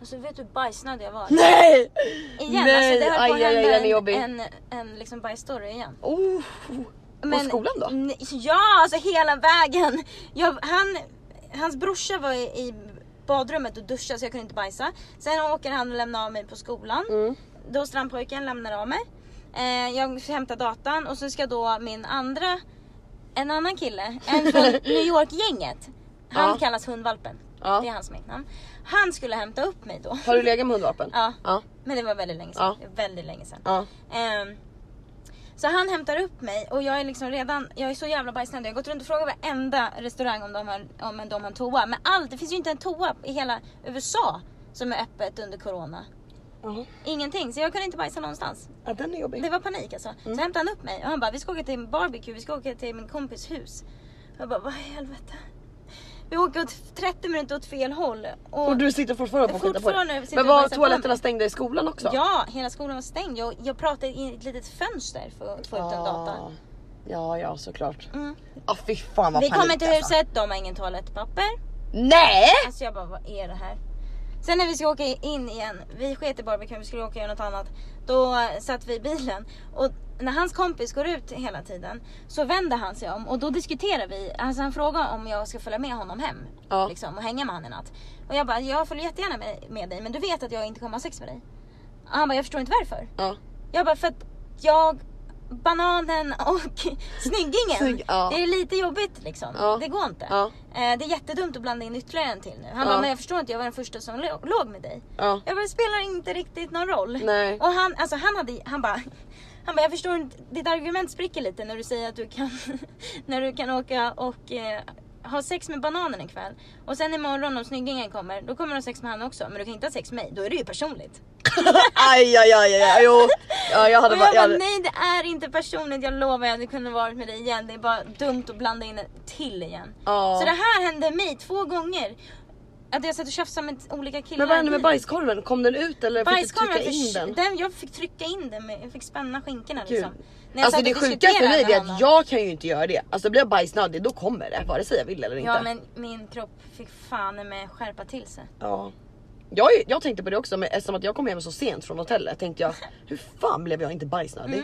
Speaker 2: Alltså vet du hur bajsnödig jag var?
Speaker 1: Nej!
Speaker 2: Igen,
Speaker 1: Nej,
Speaker 2: alltså det höll på
Speaker 1: aj, aj,
Speaker 2: att
Speaker 1: aj,
Speaker 2: hända
Speaker 1: den är jobbig.
Speaker 2: en, en, en liksom bajsstory igen.
Speaker 1: Oh.
Speaker 2: Men-
Speaker 1: skolan då?
Speaker 2: n- Ja, alltså hela vägen. Jag, han, hans brorsa var i, i badrummet och duschade så jag kunde inte bajsa. Sen åker han och lämnar av mig på skolan.
Speaker 1: Mm.
Speaker 2: Då strandpojken lämnar av mig. Eh, jag hämtar
Speaker 1: [LAUGHS]
Speaker 2: datan och så ska då min andra, en annan kille, en från New York-gänget. Han
Speaker 1: Ja.
Speaker 2: kallas hundvalpen.
Speaker 1: Ja.
Speaker 2: Det är hans smeknamn. Han skulle hämta upp mig då.
Speaker 1: Har du legat med hundvalpen?
Speaker 2: Ja.
Speaker 1: Ja.
Speaker 2: Men det var väldigt länge sedan. Det var Väldigt länge sedan.
Speaker 1: Ja.
Speaker 2: Ehm, så han hämtar upp mig och jag är liksom redan, jag är så jävla bajsnödig. Jag har gått runt och frågat varenda restaurang om de har, om de har en toa. Men allt, det finns ju inte en toa i hela USA som är öppet under corona.
Speaker 1: Ja.
Speaker 2: Ingenting, så jag kunde inte bajsa någonstans.
Speaker 1: ja den är jobbig.
Speaker 2: Det var panik alltså. Så hämtade han upp mig och han bara, vi ska åka till en barbecue, vi ska åka till min kompis hus. Jag bara, vad i helvete. Vi åker åt 30 minuter åt fel håll. Och,
Speaker 1: Och du sitter fortfarande på skiten på
Speaker 2: Fortfarande
Speaker 1: dig.
Speaker 2: sitter
Speaker 1: Men
Speaker 2: jag och
Speaker 1: var
Speaker 2: bajsar på
Speaker 1: toaletterna
Speaker 2: mig.
Speaker 1: stängda i skolan också?
Speaker 2: Ja, hela skolan var stängd. Jag, jag pratade in i ett litet fönster för att få ut en data.
Speaker 1: Ah. Ja, ja såklart.
Speaker 2: Mm.
Speaker 1: Ah, fy fan vad
Speaker 2: Vi
Speaker 1: panik
Speaker 2: kommer till
Speaker 1: alltså.
Speaker 2: huset, de har ingen toalettpapper.
Speaker 1: Nej!
Speaker 2: Alltså jag bara, vad är det här? Sen när vi ska åka in igen, vi sket i barbecuen, vi skulle åka och göra något annat. Då eh, satt vi i bilen och när hans kompis går ut hela tiden så vänder han sig om och då diskuterar vi, alltså han frågar om jag ska följa med honom hem.
Speaker 1: Ja.
Speaker 2: Liksom, och hänga med honom i natt. Och jag bara, jag följer jättegärna med, med dig men du vet att jag inte kommer ha sex med dig. Och han bara, jag förstår inte varför.
Speaker 1: Ja.
Speaker 2: Jag bara, för att jag, bananen och [LAUGHS] snyggingen.
Speaker 1: Snygg, ja.
Speaker 2: Det är lite jobbigt liksom.
Speaker 1: Ja.
Speaker 2: Det går inte.
Speaker 1: Ja.
Speaker 2: Eh, det är jättedumt att blanda in ytterligare en till nu. Han
Speaker 1: Ja.
Speaker 2: bara, men jag förstår inte, jag var den första som lo- låg med dig.
Speaker 1: Ja.
Speaker 2: Jag bara, det spelar inte riktigt någon roll.
Speaker 1: Nej.
Speaker 2: Och han, alltså han hade, han bara, [LAUGHS] han bara, jag förstår inte, ditt argument spricker lite när du säger att du kan, [LAUGHS] när du kan åka och eh, ha sex med bananen en kväll. Och sen imorgon om snyggingen kommer, då kommer du ha sex med han också. Men du kan inte ha sex med mig, då är det
Speaker 1: [LAUGHS]
Speaker 2: ju personligt. [LAUGHS]
Speaker 1: Aj, aj, aj, aj, aj. Jo. Ja, jag hade
Speaker 2: Och jag
Speaker 1: varit... Jag
Speaker 2: bara,
Speaker 1: hade...
Speaker 2: nej det är inte personligt, jag lovar jag hade kunnat varit med dig igen. Det är bara dumt att blanda in en till igen.
Speaker 1: Ja.
Speaker 2: Så det här hände mig två gånger. Att jag satt och tjafsade med olika killar.
Speaker 1: Men vad hände med bajskorven? Kom den ut eller fick du
Speaker 2: Bajskorven
Speaker 1: trycka in
Speaker 2: förs-
Speaker 1: den?
Speaker 2: Jag fick trycka in den, med, jag fick spänna skinkorna
Speaker 1: Gud.
Speaker 2: liksom. När jag
Speaker 1: Alltså
Speaker 2: satt
Speaker 1: det
Speaker 2: och
Speaker 1: sjukaste för
Speaker 2: diskuterade
Speaker 1: mig
Speaker 2: med
Speaker 1: är
Speaker 2: honom.
Speaker 1: att jag kan ju inte göra det. Alltså blir jag bajsnödig då kommer det vare sig jag vill eller inte.
Speaker 2: Ja men min kropp fick fan med skärpa till sig.
Speaker 1: Ja. Jag, är- jag tänkte på det också men eftersom att jag kom hem så sent från hotellet tänkte jag hur fan blev jag inte bajsnödig?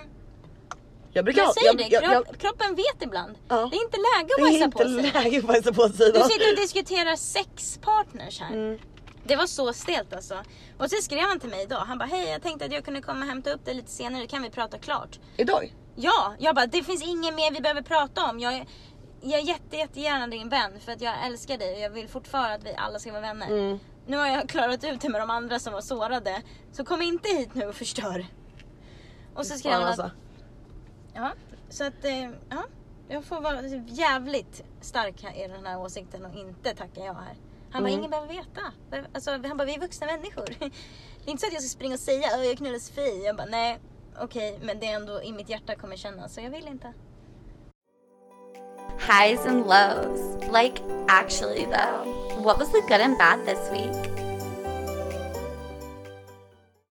Speaker 1: Jag brukar
Speaker 2: Jag
Speaker 1: ha-
Speaker 2: säger Mm. det,
Speaker 1: jag, jag,
Speaker 2: kropp, kroppen vet ibland.
Speaker 1: Ja.
Speaker 2: Det är inte läge
Speaker 1: det
Speaker 2: att
Speaker 1: är
Speaker 2: bajsa
Speaker 1: inte
Speaker 2: på sig.
Speaker 1: läge att bajsa på sig
Speaker 2: Du
Speaker 1: idag.
Speaker 2: sitter och diskuterar sexpartners här.
Speaker 1: Mm.
Speaker 2: Det var så stelt alltså. Och sen skrev han till mig idag. Han bara, hej jag tänkte att jag kunde komma och hämta upp dig lite senare, kan vi prata klart?
Speaker 1: Idag?
Speaker 2: Ja, jag bara det finns inget mer vi behöver prata om. Jag är, jag är jätte, jättegärna din vän för att jag älskar dig och jag vill fortfarande att vi alla ska vara vänner.
Speaker 1: Mm.
Speaker 2: Nu har jag klarat ut det med de andra som var sårade. Så kom inte hit nu och förstör. Och så skrev
Speaker 1: Fan,
Speaker 2: han
Speaker 1: alltså.
Speaker 2: att, ja, så att, eh, ja. Jag får vara jävligt stark här i den här åsikten och inte tacka ja här. Han bara,
Speaker 1: Mm.
Speaker 2: ingen behöver veta. Alltså, han bara, vi är vuxna människor. [LAUGHS] Det är inte så att jag ska springa och säga, "Åh, jag knullar Sofie. Jag bara, nej, okej, men det är ändå i mitt hjärta kommer kännas, så jag vill inte.
Speaker 4: Highs and lows. Like, actually, though, what was the good and bad this week?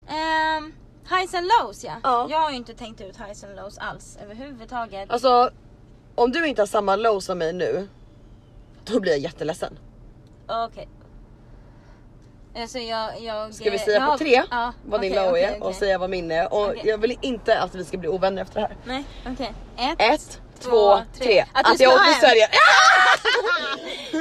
Speaker 2: Um, highs and lows ja.
Speaker 1: Ja.
Speaker 2: Jag har ju inte tänkt ut highs and lows alls överhuvudtaget.
Speaker 1: Alltså om du inte har samma low som mig nu då blir jag jätteledsen.
Speaker 2: Okej. Alltså jag, jag...
Speaker 1: Ska vi säga
Speaker 2: jag har-
Speaker 1: på tre
Speaker 2: ja,
Speaker 1: vad din
Speaker 2: okej,
Speaker 1: low
Speaker 2: okej,
Speaker 1: är och
Speaker 2: okej.
Speaker 1: säga vad min är och
Speaker 2: Okej.
Speaker 1: jag vill inte att vi ska bli ovänner efter det här.
Speaker 2: Nej, okej. Ett.
Speaker 1: Ett, två, tre. Att,
Speaker 2: du
Speaker 1: jag
Speaker 2: ska ha
Speaker 1: åt
Speaker 2: en.
Speaker 1: till Sverige.
Speaker 2: [LAUGHS]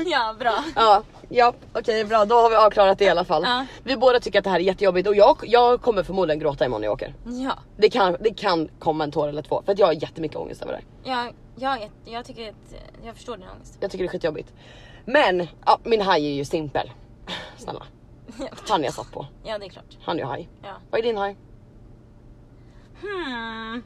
Speaker 2: Ja, bra.
Speaker 1: Ja, ja okej bra då har vi avklarat det i alla fall.
Speaker 2: Ja.
Speaker 1: Vi båda tycker att det här är jättejobbigt och jag, jag kommer förmodligen gråta imorgon när jag åker.
Speaker 2: Ja,
Speaker 1: Det kan, det kan komma en tår eller två för att jag har jättemycket ångest över det här.
Speaker 2: jag, jag, är- jag tycker att... Jag förstår din ångest. [LAUGHS]
Speaker 1: Jag tycker det är skitjobbigt. Men ja, min haj är ju simpel. Snälla. Han jag satt på.
Speaker 2: Ja, det är klart.
Speaker 1: Han är ju haj.
Speaker 2: Ja.
Speaker 1: Vad är din haj?
Speaker 2: Hmm.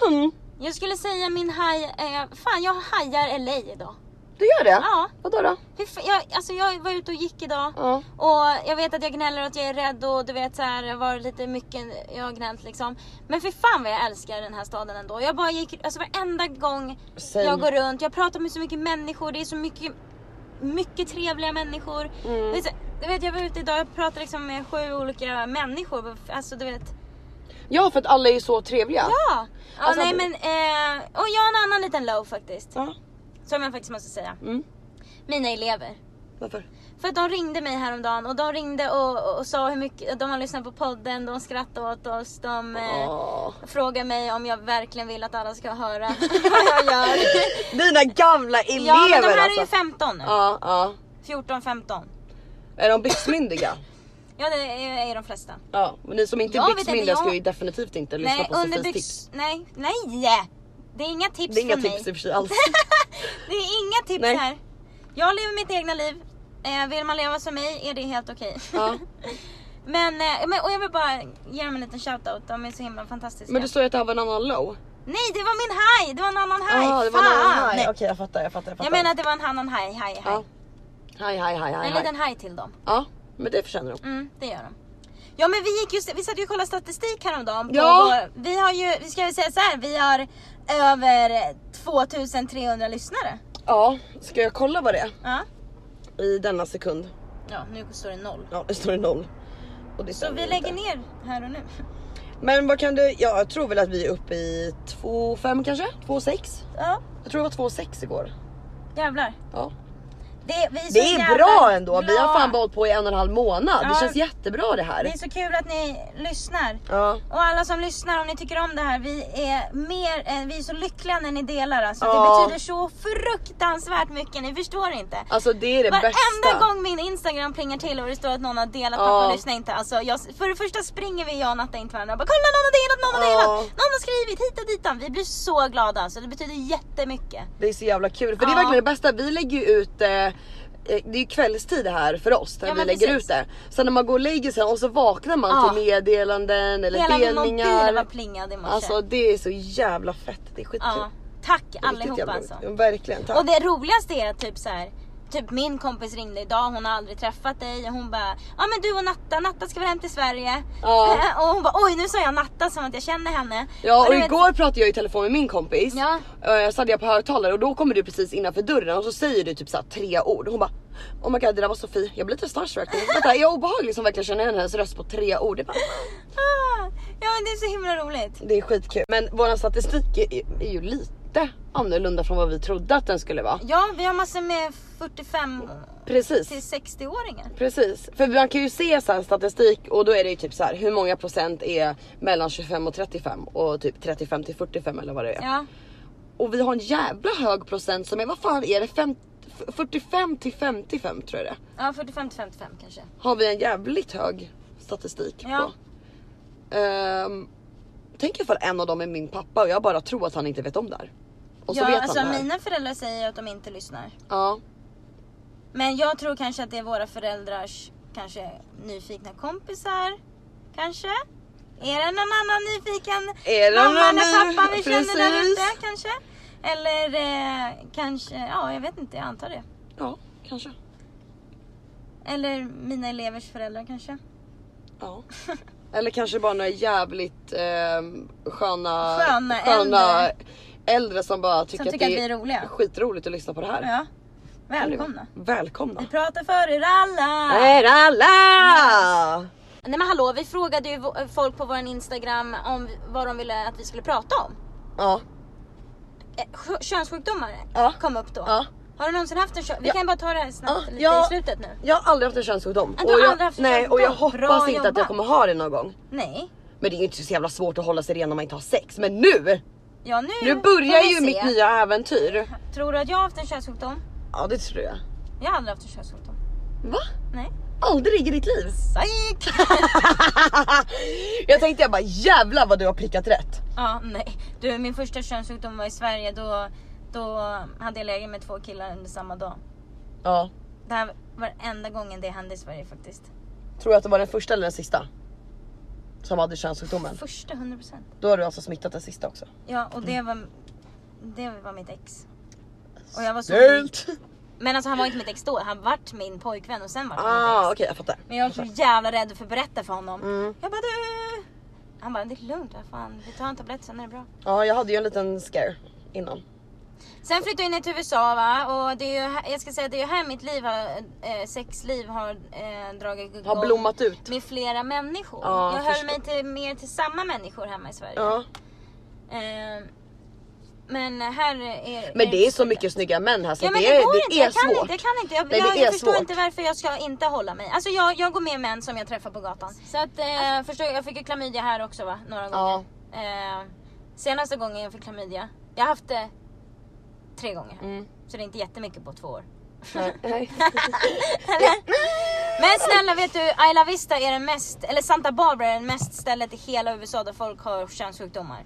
Speaker 1: Hmm,
Speaker 2: Jag skulle säga min haj... Eh, fan, jag hajar LA idag.
Speaker 1: du gör det?
Speaker 2: Ja.
Speaker 1: Vadå då?
Speaker 2: Fy fan, Jag, alltså jag var ute och gick idag
Speaker 1: Ja.
Speaker 2: och jag vet att jag gnäller och att jag är rädd och du vet så här, det var lite mycket jag har gnällt liksom. Men för fan vad jag älskar den här staden ändå. Jag bara gick, alltså varenda gång
Speaker 1: Same.
Speaker 2: jag går runt, jag pratar med så mycket människor, det är så mycket, mycket trevliga människor.
Speaker 1: Mm.
Speaker 2: Du vet, så- du vet jag var ute idag, jag pratade liksom med sju olika människor, alltså du vet.
Speaker 1: Ja för att alla är ju så trevliga.
Speaker 2: Ja! ja
Speaker 1: Alltså,
Speaker 2: nej
Speaker 1: du-
Speaker 2: men, eh, och jag har en annan liten low faktiskt.
Speaker 1: Ja.
Speaker 2: Som jag faktiskt måste säga.
Speaker 1: Mm.
Speaker 2: Mina elever.
Speaker 1: Varför?
Speaker 2: För att de ringde mig häromdagen och de ringde och, och sa hur mycket de har lyssnat på podden, de skrattade åt oss, de eh,
Speaker 1: Åh.
Speaker 2: frågade mig om jag verkligen vill att alla ska höra
Speaker 1: [LAUGHS]
Speaker 2: vad jag gör.
Speaker 1: Dina gamla elever
Speaker 2: ja men de här är
Speaker 1: alltså.
Speaker 2: ju 15 nu.
Speaker 1: Ja, ja.
Speaker 2: 14, 15.
Speaker 1: Är de byxmyndiga?
Speaker 2: Ja det är, är de flesta.
Speaker 1: Ja, men ni som inte
Speaker 2: Jag
Speaker 1: är
Speaker 2: vet
Speaker 1: byxmyndiga
Speaker 2: inte, jag-
Speaker 1: ska ju definitivt inte lyssna
Speaker 2: Nej,
Speaker 1: på Sofies
Speaker 2: underbyx-
Speaker 1: tips.
Speaker 2: Nej, nej! Det är inga tips
Speaker 1: Det är inga
Speaker 2: från
Speaker 1: tips i
Speaker 2: mig.
Speaker 1: och för sig alls.
Speaker 2: [LAUGHS] Det är inga tips
Speaker 1: Nej.
Speaker 2: här. Jag lever mitt egna liv. Eh, vill man leva som mig är det helt okej.
Speaker 1: Ja.
Speaker 2: [LAUGHS] men, eh, men, och jag vill bara ge dem en liten shoutout. De är så himla fantastiska.
Speaker 1: Men det står ju att det här var en annan low.
Speaker 2: Nej, det var min haj! Det var en annan haj.
Speaker 1: Ah, det var en annan
Speaker 2: Fan!
Speaker 1: haj. Okej jag fattar, jag fattar. Jag, fattar.
Speaker 2: Jag menar att det var en annan haj, haj, haj.
Speaker 1: Ja. Haj haj haj haj.
Speaker 2: en
Speaker 1: haj.
Speaker 2: liten haj till dem.
Speaker 1: Ja men det förtjänar de.
Speaker 2: Mm, det gör de. Ja men vi gick just, vi satt ju och kollade statistik häromdagen. På
Speaker 1: Ja.
Speaker 2: vår, vi har ju, vi ska väl säga så här, vi har över 2300 lyssnare.
Speaker 1: Ja, ska jag kolla vad det är
Speaker 2: Ja.
Speaker 1: i denna sekund?
Speaker 2: Ja, nu står det noll.
Speaker 1: Ja det står det noll. Och det
Speaker 2: Så
Speaker 1: stämmer
Speaker 2: vi
Speaker 1: ju
Speaker 2: lägger
Speaker 1: inte.
Speaker 2: ner här och nu.
Speaker 1: Men vad kan du, ja, jag tror väl att vi är uppe i 2,5 kanske? 2,6?
Speaker 2: Ja,
Speaker 1: Jag tror det var 2,6 igår.
Speaker 2: jävlar.
Speaker 1: Ja.
Speaker 2: Det, vi är, så
Speaker 1: Det är
Speaker 2: jävla
Speaker 1: bra ändå, vi har
Speaker 2: glada.
Speaker 1: fan hållit på i en och en halv månad.
Speaker 2: Ja.
Speaker 1: Det känns jättebra det här.
Speaker 2: Det är så kul att ni lyssnar.
Speaker 1: Ja.
Speaker 2: Och alla som lyssnar, om ni tycker om det här, vi är, mer, eh, vi är så lyckliga när ni delar. Alltså.
Speaker 1: Ja.
Speaker 2: Det betyder så fruktansvärt mycket, ni förstår inte.
Speaker 1: Alltså det är det
Speaker 2: Varenda
Speaker 1: bästa.
Speaker 2: gång min instagram plingar till och det står att någon har delat
Speaker 1: Ja.
Speaker 2: något och lyssnar inte. Alltså jag, för det första springer vi jag och Natta in till varandra och bara kolla någon har delat, någon har
Speaker 1: Ja.
Speaker 2: delat, någon har skrivit hit och ditan. Vi blir så glada alltså, det betyder jättemycket.
Speaker 1: Det är så jävla kul för det
Speaker 2: Ja.
Speaker 1: är verkligen det bästa. Vi lägger ju ut eh, eh, det är ju kvällstid det här för oss när
Speaker 2: Ja,
Speaker 1: vi
Speaker 2: men
Speaker 1: lägger
Speaker 2: precis.
Speaker 1: ut det. Sen när man går och lägger sig och så vaknar man
Speaker 2: Ja.
Speaker 1: till meddelanden eller
Speaker 2: Hela min mobil var
Speaker 1: delningar.
Speaker 2: plingad i morse.
Speaker 1: Alltså det är så jävla fett, det är skitkul.
Speaker 2: ja. Tack
Speaker 1: Det är riktigt
Speaker 2: allihopa
Speaker 1: jävla
Speaker 2: alltså.
Speaker 1: roligt. Verkligen, tack.
Speaker 2: Och det roligaste är att typ så här. Typ min kompis ringde idag, hon har aldrig träffat dig och hon bara Ja men du och Natta, Natta ska väl hem till Sverige?
Speaker 1: Ja.
Speaker 2: [LAUGHS] Och hon bara oj nu sa jag Natta som att jag känner henne.
Speaker 1: Ja och
Speaker 2: du vet-
Speaker 1: igår pratade jag i telefon med min kompis.
Speaker 2: Ja.
Speaker 1: Eh, Så hade jag på högtalare och då kommer du precis innanför dörren och så säger du typ så här tre ord. Hon bara Oh my god det där var Sofie, jag blir lite starstruck. Vänta, är jag obehaglig som verkligen känner igen hennes röst på tre ord? Det är, bara,
Speaker 2: Ah, ja men det är så himla roligt.
Speaker 1: det är skitkul. Men vår statistik är, är ju lite annorlunda från vad vi trodde att den skulle vara.
Speaker 2: Ja, vi har massor med 45 till
Speaker 1: Precis.
Speaker 2: 60-åringar.
Speaker 1: Precis, för man kan ju se så här statistik och då är det ju typ så här hur många procent är mellan 25 och 35 och typ 35 till 45 eller vad det är.
Speaker 2: Ja.
Speaker 1: Och vi har en jävla hög procent som är, vad fan är det? Fem, f- 45 till 55 tror jag det är.
Speaker 2: ja, 45 till 55 kanske.
Speaker 1: Har vi en jävligt hög statistik
Speaker 2: Ja.
Speaker 1: på. Ehm, tänk ifall en av dem är min pappa och jag bara tror att han inte vet om det här. Och så
Speaker 2: ja,
Speaker 1: vet
Speaker 2: alltså
Speaker 1: han det här.
Speaker 2: mina föräldrar säger att de inte lyssnar.
Speaker 1: Ja.
Speaker 2: Men jag tror kanske att det är våra föräldrars kanske nyfikna kompisar. Kanske. Är det någon annan nyfiken
Speaker 1: Är det
Speaker 2: mamma
Speaker 1: någon
Speaker 2: eller
Speaker 1: ny-
Speaker 2: pappa vi känner där
Speaker 1: Precis.
Speaker 2: ute kanske? Eller eh, kanske, ja jag vet inte, jag antar det.
Speaker 1: ja, kanske.
Speaker 2: Eller mina elevers föräldrar kanske. [LAUGHS]
Speaker 1: Ja. Eller kanske bara några jävligt ehm, sköna,
Speaker 2: Sköna
Speaker 1: äldre. som bara tycker,
Speaker 2: Som tycker att
Speaker 1: det
Speaker 2: vi är roliga.
Speaker 1: skitroligt att lyssna på det här.
Speaker 2: Ja. Välkomna.
Speaker 1: Välkomna.
Speaker 2: Vi pratar för er alla!
Speaker 1: Är alla!
Speaker 2: Nej men hallå, vi frågade ju vo- folk på vår Instagram om vad de ville att vi skulle prata om.
Speaker 1: Ja.
Speaker 2: Eh, sjö- Könssjukdomar
Speaker 1: Ja.
Speaker 2: kom upp då.
Speaker 1: Ja.
Speaker 2: Har du någonsin haft en kön... Vi
Speaker 1: Ja.
Speaker 2: kan bara ta det här snabbt
Speaker 1: Ja,
Speaker 2: lite
Speaker 1: ja.
Speaker 2: i slutet nu.
Speaker 1: Jag har aldrig haft en könssjukdom.
Speaker 2: Ja, du har
Speaker 1: jag,
Speaker 2: aldrig haft en
Speaker 1: nej, och jag hoppas
Speaker 2: könssjukdom. Bra
Speaker 1: inte att
Speaker 2: jobbat.
Speaker 1: jag kommer ha det någon gång.
Speaker 2: Nej.
Speaker 1: Men det är ju inte så jävla svårt att hålla sig ren när man inte har sex. Men nu!
Speaker 2: Ja nu
Speaker 1: Nu
Speaker 2: får
Speaker 1: börjar
Speaker 2: vi
Speaker 1: ju
Speaker 2: se.
Speaker 1: mitt nya äventyr.
Speaker 2: Tror du att jag har haft en könssjukdom?
Speaker 1: Ja det tror jag.
Speaker 2: Jag har aldrig haft en könssjukdom.
Speaker 1: Va?
Speaker 2: Nej.
Speaker 1: Aldrig i ditt liv?
Speaker 2: Psyk!
Speaker 1: [LAUGHS] jag tänkte jag bara jävlar vad du har prickat rätt.
Speaker 2: [LAUGHS] ja, nej. Du, min första könssjukdom var i Sverige. Då, då hade jag läge med två killar under samma dag.
Speaker 1: Ja.
Speaker 2: Det här var enda gången det hände i Sverige faktiskt.
Speaker 1: Tror du att det var den första eller den sista? Som hade könssjukdomen.
Speaker 2: Första 100%.
Speaker 1: Då har du alltså smittat den sista också.
Speaker 2: Ja, och det var, det var mitt ex. Och jag var så...
Speaker 1: Sylt!
Speaker 2: Men alltså han var inte mitt ex då, han vart min pojkvän och sen vart han mitt
Speaker 1: Ah
Speaker 2: ex.
Speaker 1: okej jag fattar.
Speaker 2: Men jag var så jävla rädd för att berätta för honom.
Speaker 1: Alltså. Mm.
Speaker 2: Jag bara du! Han bara det är lugnt, vad fan. vi tar en tablett sen är det bra.
Speaker 1: Ja jag hade ju en liten scare innan.
Speaker 2: Sen flyttade jag in till USA va och det är ju, här- jag ska säga det är ju här mitt liv har, eh, sexliv har eh, dragit igång.
Speaker 1: Har blommat ut.
Speaker 2: Med flera människor.
Speaker 1: Ja,
Speaker 2: jag höll
Speaker 1: förstå-
Speaker 2: mig till, mer till samma människor hemma i Sverige.
Speaker 1: Ja.
Speaker 2: Eh, men här är...
Speaker 1: Men det är så mycket snygga män här så
Speaker 2: Ja, men
Speaker 1: det,
Speaker 2: det,
Speaker 1: är,
Speaker 2: går
Speaker 1: det
Speaker 2: inte,
Speaker 1: är
Speaker 2: jag kan
Speaker 1: svårt.
Speaker 2: inte. Jag, kan inte. jag,
Speaker 1: Nej, det
Speaker 2: jag,
Speaker 1: är
Speaker 2: jag förstår
Speaker 1: svårt.
Speaker 2: inte varför jag ska inte hålla mig. Alltså jag, jag går med män som jag träffar på gatan. Så att, eh, förstår, jag fick ju klamydia här också va, några gånger.
Speaker 1: Alltså- Ja.
Speaker 2: Eh, senaste gången jag fick klamydia, jag har haft det tre gånger.
Speaker 1: Mm.
Speaker 2: Så det är inte jättemycket på
Speaker 1: [LAUGHS]
Speaker 2: två år. [LAUGHS]
Speaker 1: Nej. Nej. [LAUGHS]
Speaker 2: Men snälla vet du, Isla Vista är den mest, eller Santa Barbara är den mest stället i hela USA där folk har könssjukdomar.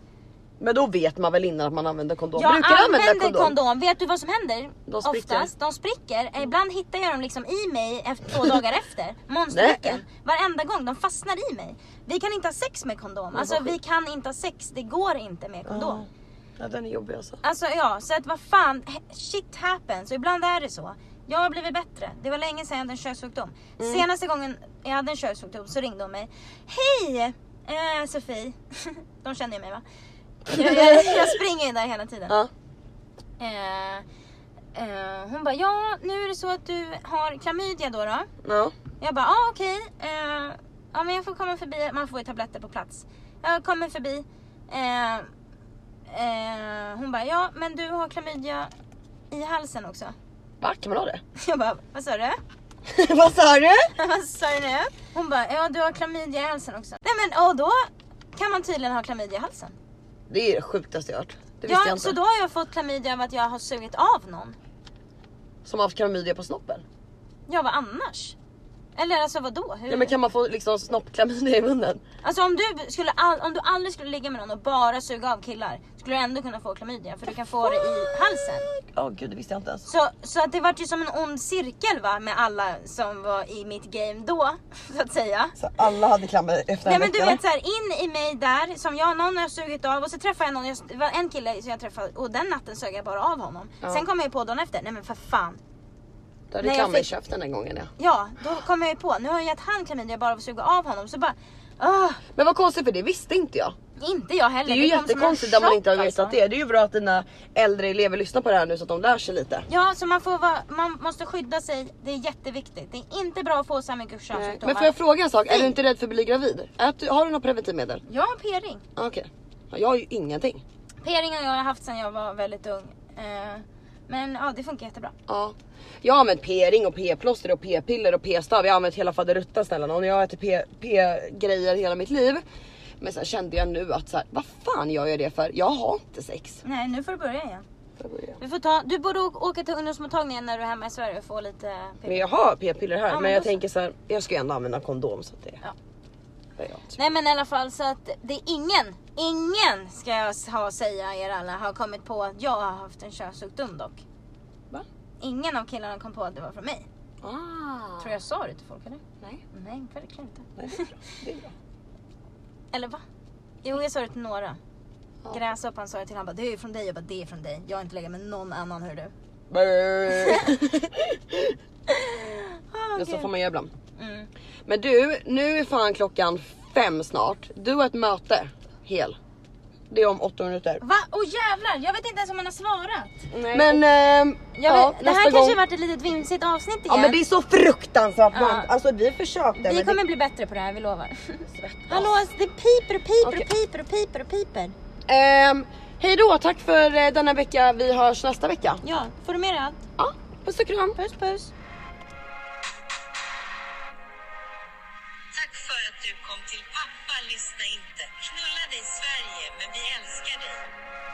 Speaker 1: Men då vet man väl innan att man använder kondom?
Speaker 2: Jag
Speaker 1: Brukar du använda
Speaker 2: använder
Speaker 1: kondom?
Speaker 2: kondom. Vet du vad som händer?
Speaker 1: De spricker. Mm.
Speaker 2: Oftast, de spricker. Eh, Ibland hittar jag dem liksom i mig efter,
Speaker 1: [LAUGHS]
Speaker 2: två dagar efter. Monsternyckeln. Varenda gång, de fastnar i mig. Vi kan inte ha sex med kondom. Alltså
Speaker 1: vad Ah.
Speaker 2: vi kan inte ha sex, det går inte med kondom.
Speaker 1: Ja, den är jobbig alltså.
Speaker 2: Alltså ja, så att vad fan, he- shit happens. Och ibland är det så. Jag har blivit bättre. Det var länge sedan jag hade en könssjukdom.
Speaker 1: Mm.
Speaker 2: Senaste gången jag hade en könssjukdom så ringde hon mig. Hej! Eh, Sofie. [LAUGHS] De känner ju mig va? Jag, jag, jag springer ju där hela tiden.
Speaker 1: Ja.
Speaker 2: Eh, eh, hon bara, ja nu är det så att du har klamydia då. då.
Speaker 1: Ja.
Speaker 2: Jag bara, ah, okej. Eh, ja men jag får komma förbi, man får ju tabletter på plats. Jag kommer förbi. Eh, eh, hon bara, ja men du har klamydia i halsen också. [LAUGHS]
Speaker 1: Va? Kan man ha det?
Speaker 2: Jag bara, vad sa du?
Speaker 1: Vad sa du?
Speaker 2: [LAUGHS] Vad sa du nu? Hon bara, ja du har klamydia i halsen också. Nej men och då kan man tydligen ha klamydia i halsen.
Speaker 1: Det är det sjukaste jag hört. Det visste
Speaker 2: Ja,
Speaker 1: jag inte.
Speaker 2: så då har jag fått klamydia av att jag har sugit av någon.
Speaker 1: Som har haft klamydia på snoppen.
Speaker 2: Ja vad annars? Eller alltså vadå? Hur?
Speaker 1: Ja, men kan man få liksom snoppklamydia i munnen?
Speaker 2: Alltså om du, skulle all, om du aldrig skulle ligga med någon och bara suga av killar skulle du ändå kunna få klamydia för du kan få det i halsen.
Speaker 1: Ja gud det visste jag inte ens.
Speaker 2: Så, så att det vart ju som en ond cirkel va med alla som var i mitt game då [LAUGHS] så att säga.
Speaker 1: Så alla hade klamydia efter
Speaker 2: Nej men du vet såhär in i mig där som jag, någon har jag sugit av och så träffade jag någon, jag, det var en kille som jag träffade och den natten sög jag bara av honom.
Speaker 1: Ja.
Speaker 2: Sen kom jag ju på dagen efter, nej men för fan.
Speaker 1: Du hade
Speaker 2: Nej, jag
Speaker 1: klamydia i
Speaker 2: fick-
Speaker 1: käften den gången ja.
Speaker 2: Ja, då kom jag ju på, nu har jag gett han klamydia bara av att suga av honom så bara, ah,
Speaker 1: Men vad konstigt för det visste inte jag.
Speaker 2: inte jag heller.
Speaker 1: Det är ju
Speaker 2: kom som en
Speaker 1: jättekonstigt att man inte har
Speaker 2: chock,
Speaker 1: vetat
Speaker 2: alltså.
Speaker 1: det. Det är ju bra att dina äldre elever lyssnar på det här nu så att de lär sig lite.
Speaker 2: Ja, så man, får vara, man måste skydda sig. Det är jätteviktigt. Det är inte bra att få så här mycket könssjukdomar.
Speaker 1: Men får jag fråga en sak? Är du inte rädd för att bli gravid? Ät, har du något preventivmedel? Ah,
Speaker 2: Jag har p-ring.
Speaker 1: Okej. Ja, Jag har ju ingenting.
Speaker 2: P-ring har jag haft sedan jag var väldigt ung. Eh, Men ja, det funkar jättebra.
Speaker 1: Ja. Jag har använt p-ring och p-plåster och p-piller och p-stav. Jag har använt hela faderuttan snälla nån. Jag har ätit p- p-grejer hela mitt liv. Men sen kände jag nu att så här, vad fan gör jag det för? Jag har inte sex.
Speaker 2: Nej, nu får du börja igen.
Speaker 1: Där börjar jag.
Speaker 2: Du, får ta, du borde å- åka till ungdomsmottagningen när du är hemma i Sverige och få lite
Speaker 1: Men
Speaker 2: p-ring.
Speaker 1: jag har p-piller här
Speaker 2: Ja, men
Speaker 1: men jag
Speaker 2: då så.
Speaker 1: tänker så här, jag ska ju ändå använda kondom så att det...
Speaker 2: Ja.
Speaker 1: det är jag.
Speaker 2: Nej men i alla fall så att det är ingen, ingen ska jag s- ha säga er alla har kommit på att jag har haft en könssjukdom dock.
Speaker 1: Va?
Speaker 2: Ingen av killarna kom på att det var från mig.
Speaker 1: Ah.
Speaker 2: Tror jag sa det till folk eller?
Speaker 1: Nej.
Speaker 2: Nej, verkligen inte.
Speaker 1: Nej, det är bra. Det är bra.
Speaker 2: Eller va? Jo jag sa det till några.
Speaker 1: Ja.
Speaker 2: Gräshoppan sa jag till han bara det är ju från dig. Jag bara det är från dig. Jag har inte legat med någon annan [LAUGHS] hör du.
Speaker 1: [LAUGHS] Men så får man göra ibland.
Speaker 2: Ah, mm.
Speaker 1: Men du, nu är fan klockan fem snart. Du har ett möte, Hel. Det är om åtta minuter.
Speaker 2: Va? Åh jävlar! Jag vet inte ens om han har svarat.
Speaker 1: Men ehm,
Speaker 2: Jag
Speaker 1: ja,
Speaker 2: vet, det här
Speaker 1: nästa
Speaker 2: kanske
Speaker 1: gång.
Speaker 2: varit ett litet vimsigt avsnitt igen.
Speaker 1: Ja men det är så fruktansvärt
Speaker 2: Ja.
Speaker 1: man. Alltså vi försökte
Speaker 2: vi
Speaker 1: men
Speaker 2: kommer bli bättre på det här, vi lovar.
Speaker 1: det
Speaker 2: Hallå, alltså, det piper och piper
Speaker 1: Okej.
Speaker 2: och piper och piper och piper.
Speaker 1: Ehm, Hej då, tack för eh, denna vecka. Vi hörs nästa vecka.
Speaker 2: Ja, får du med dig allt?
Speaker 1: Ja, puss och kram.
Speaker 2: Puss puss.
Speaker 5: Tack för att du kom till pappa lyssna inte. Knulla dig Sverige, men vi älskar dig.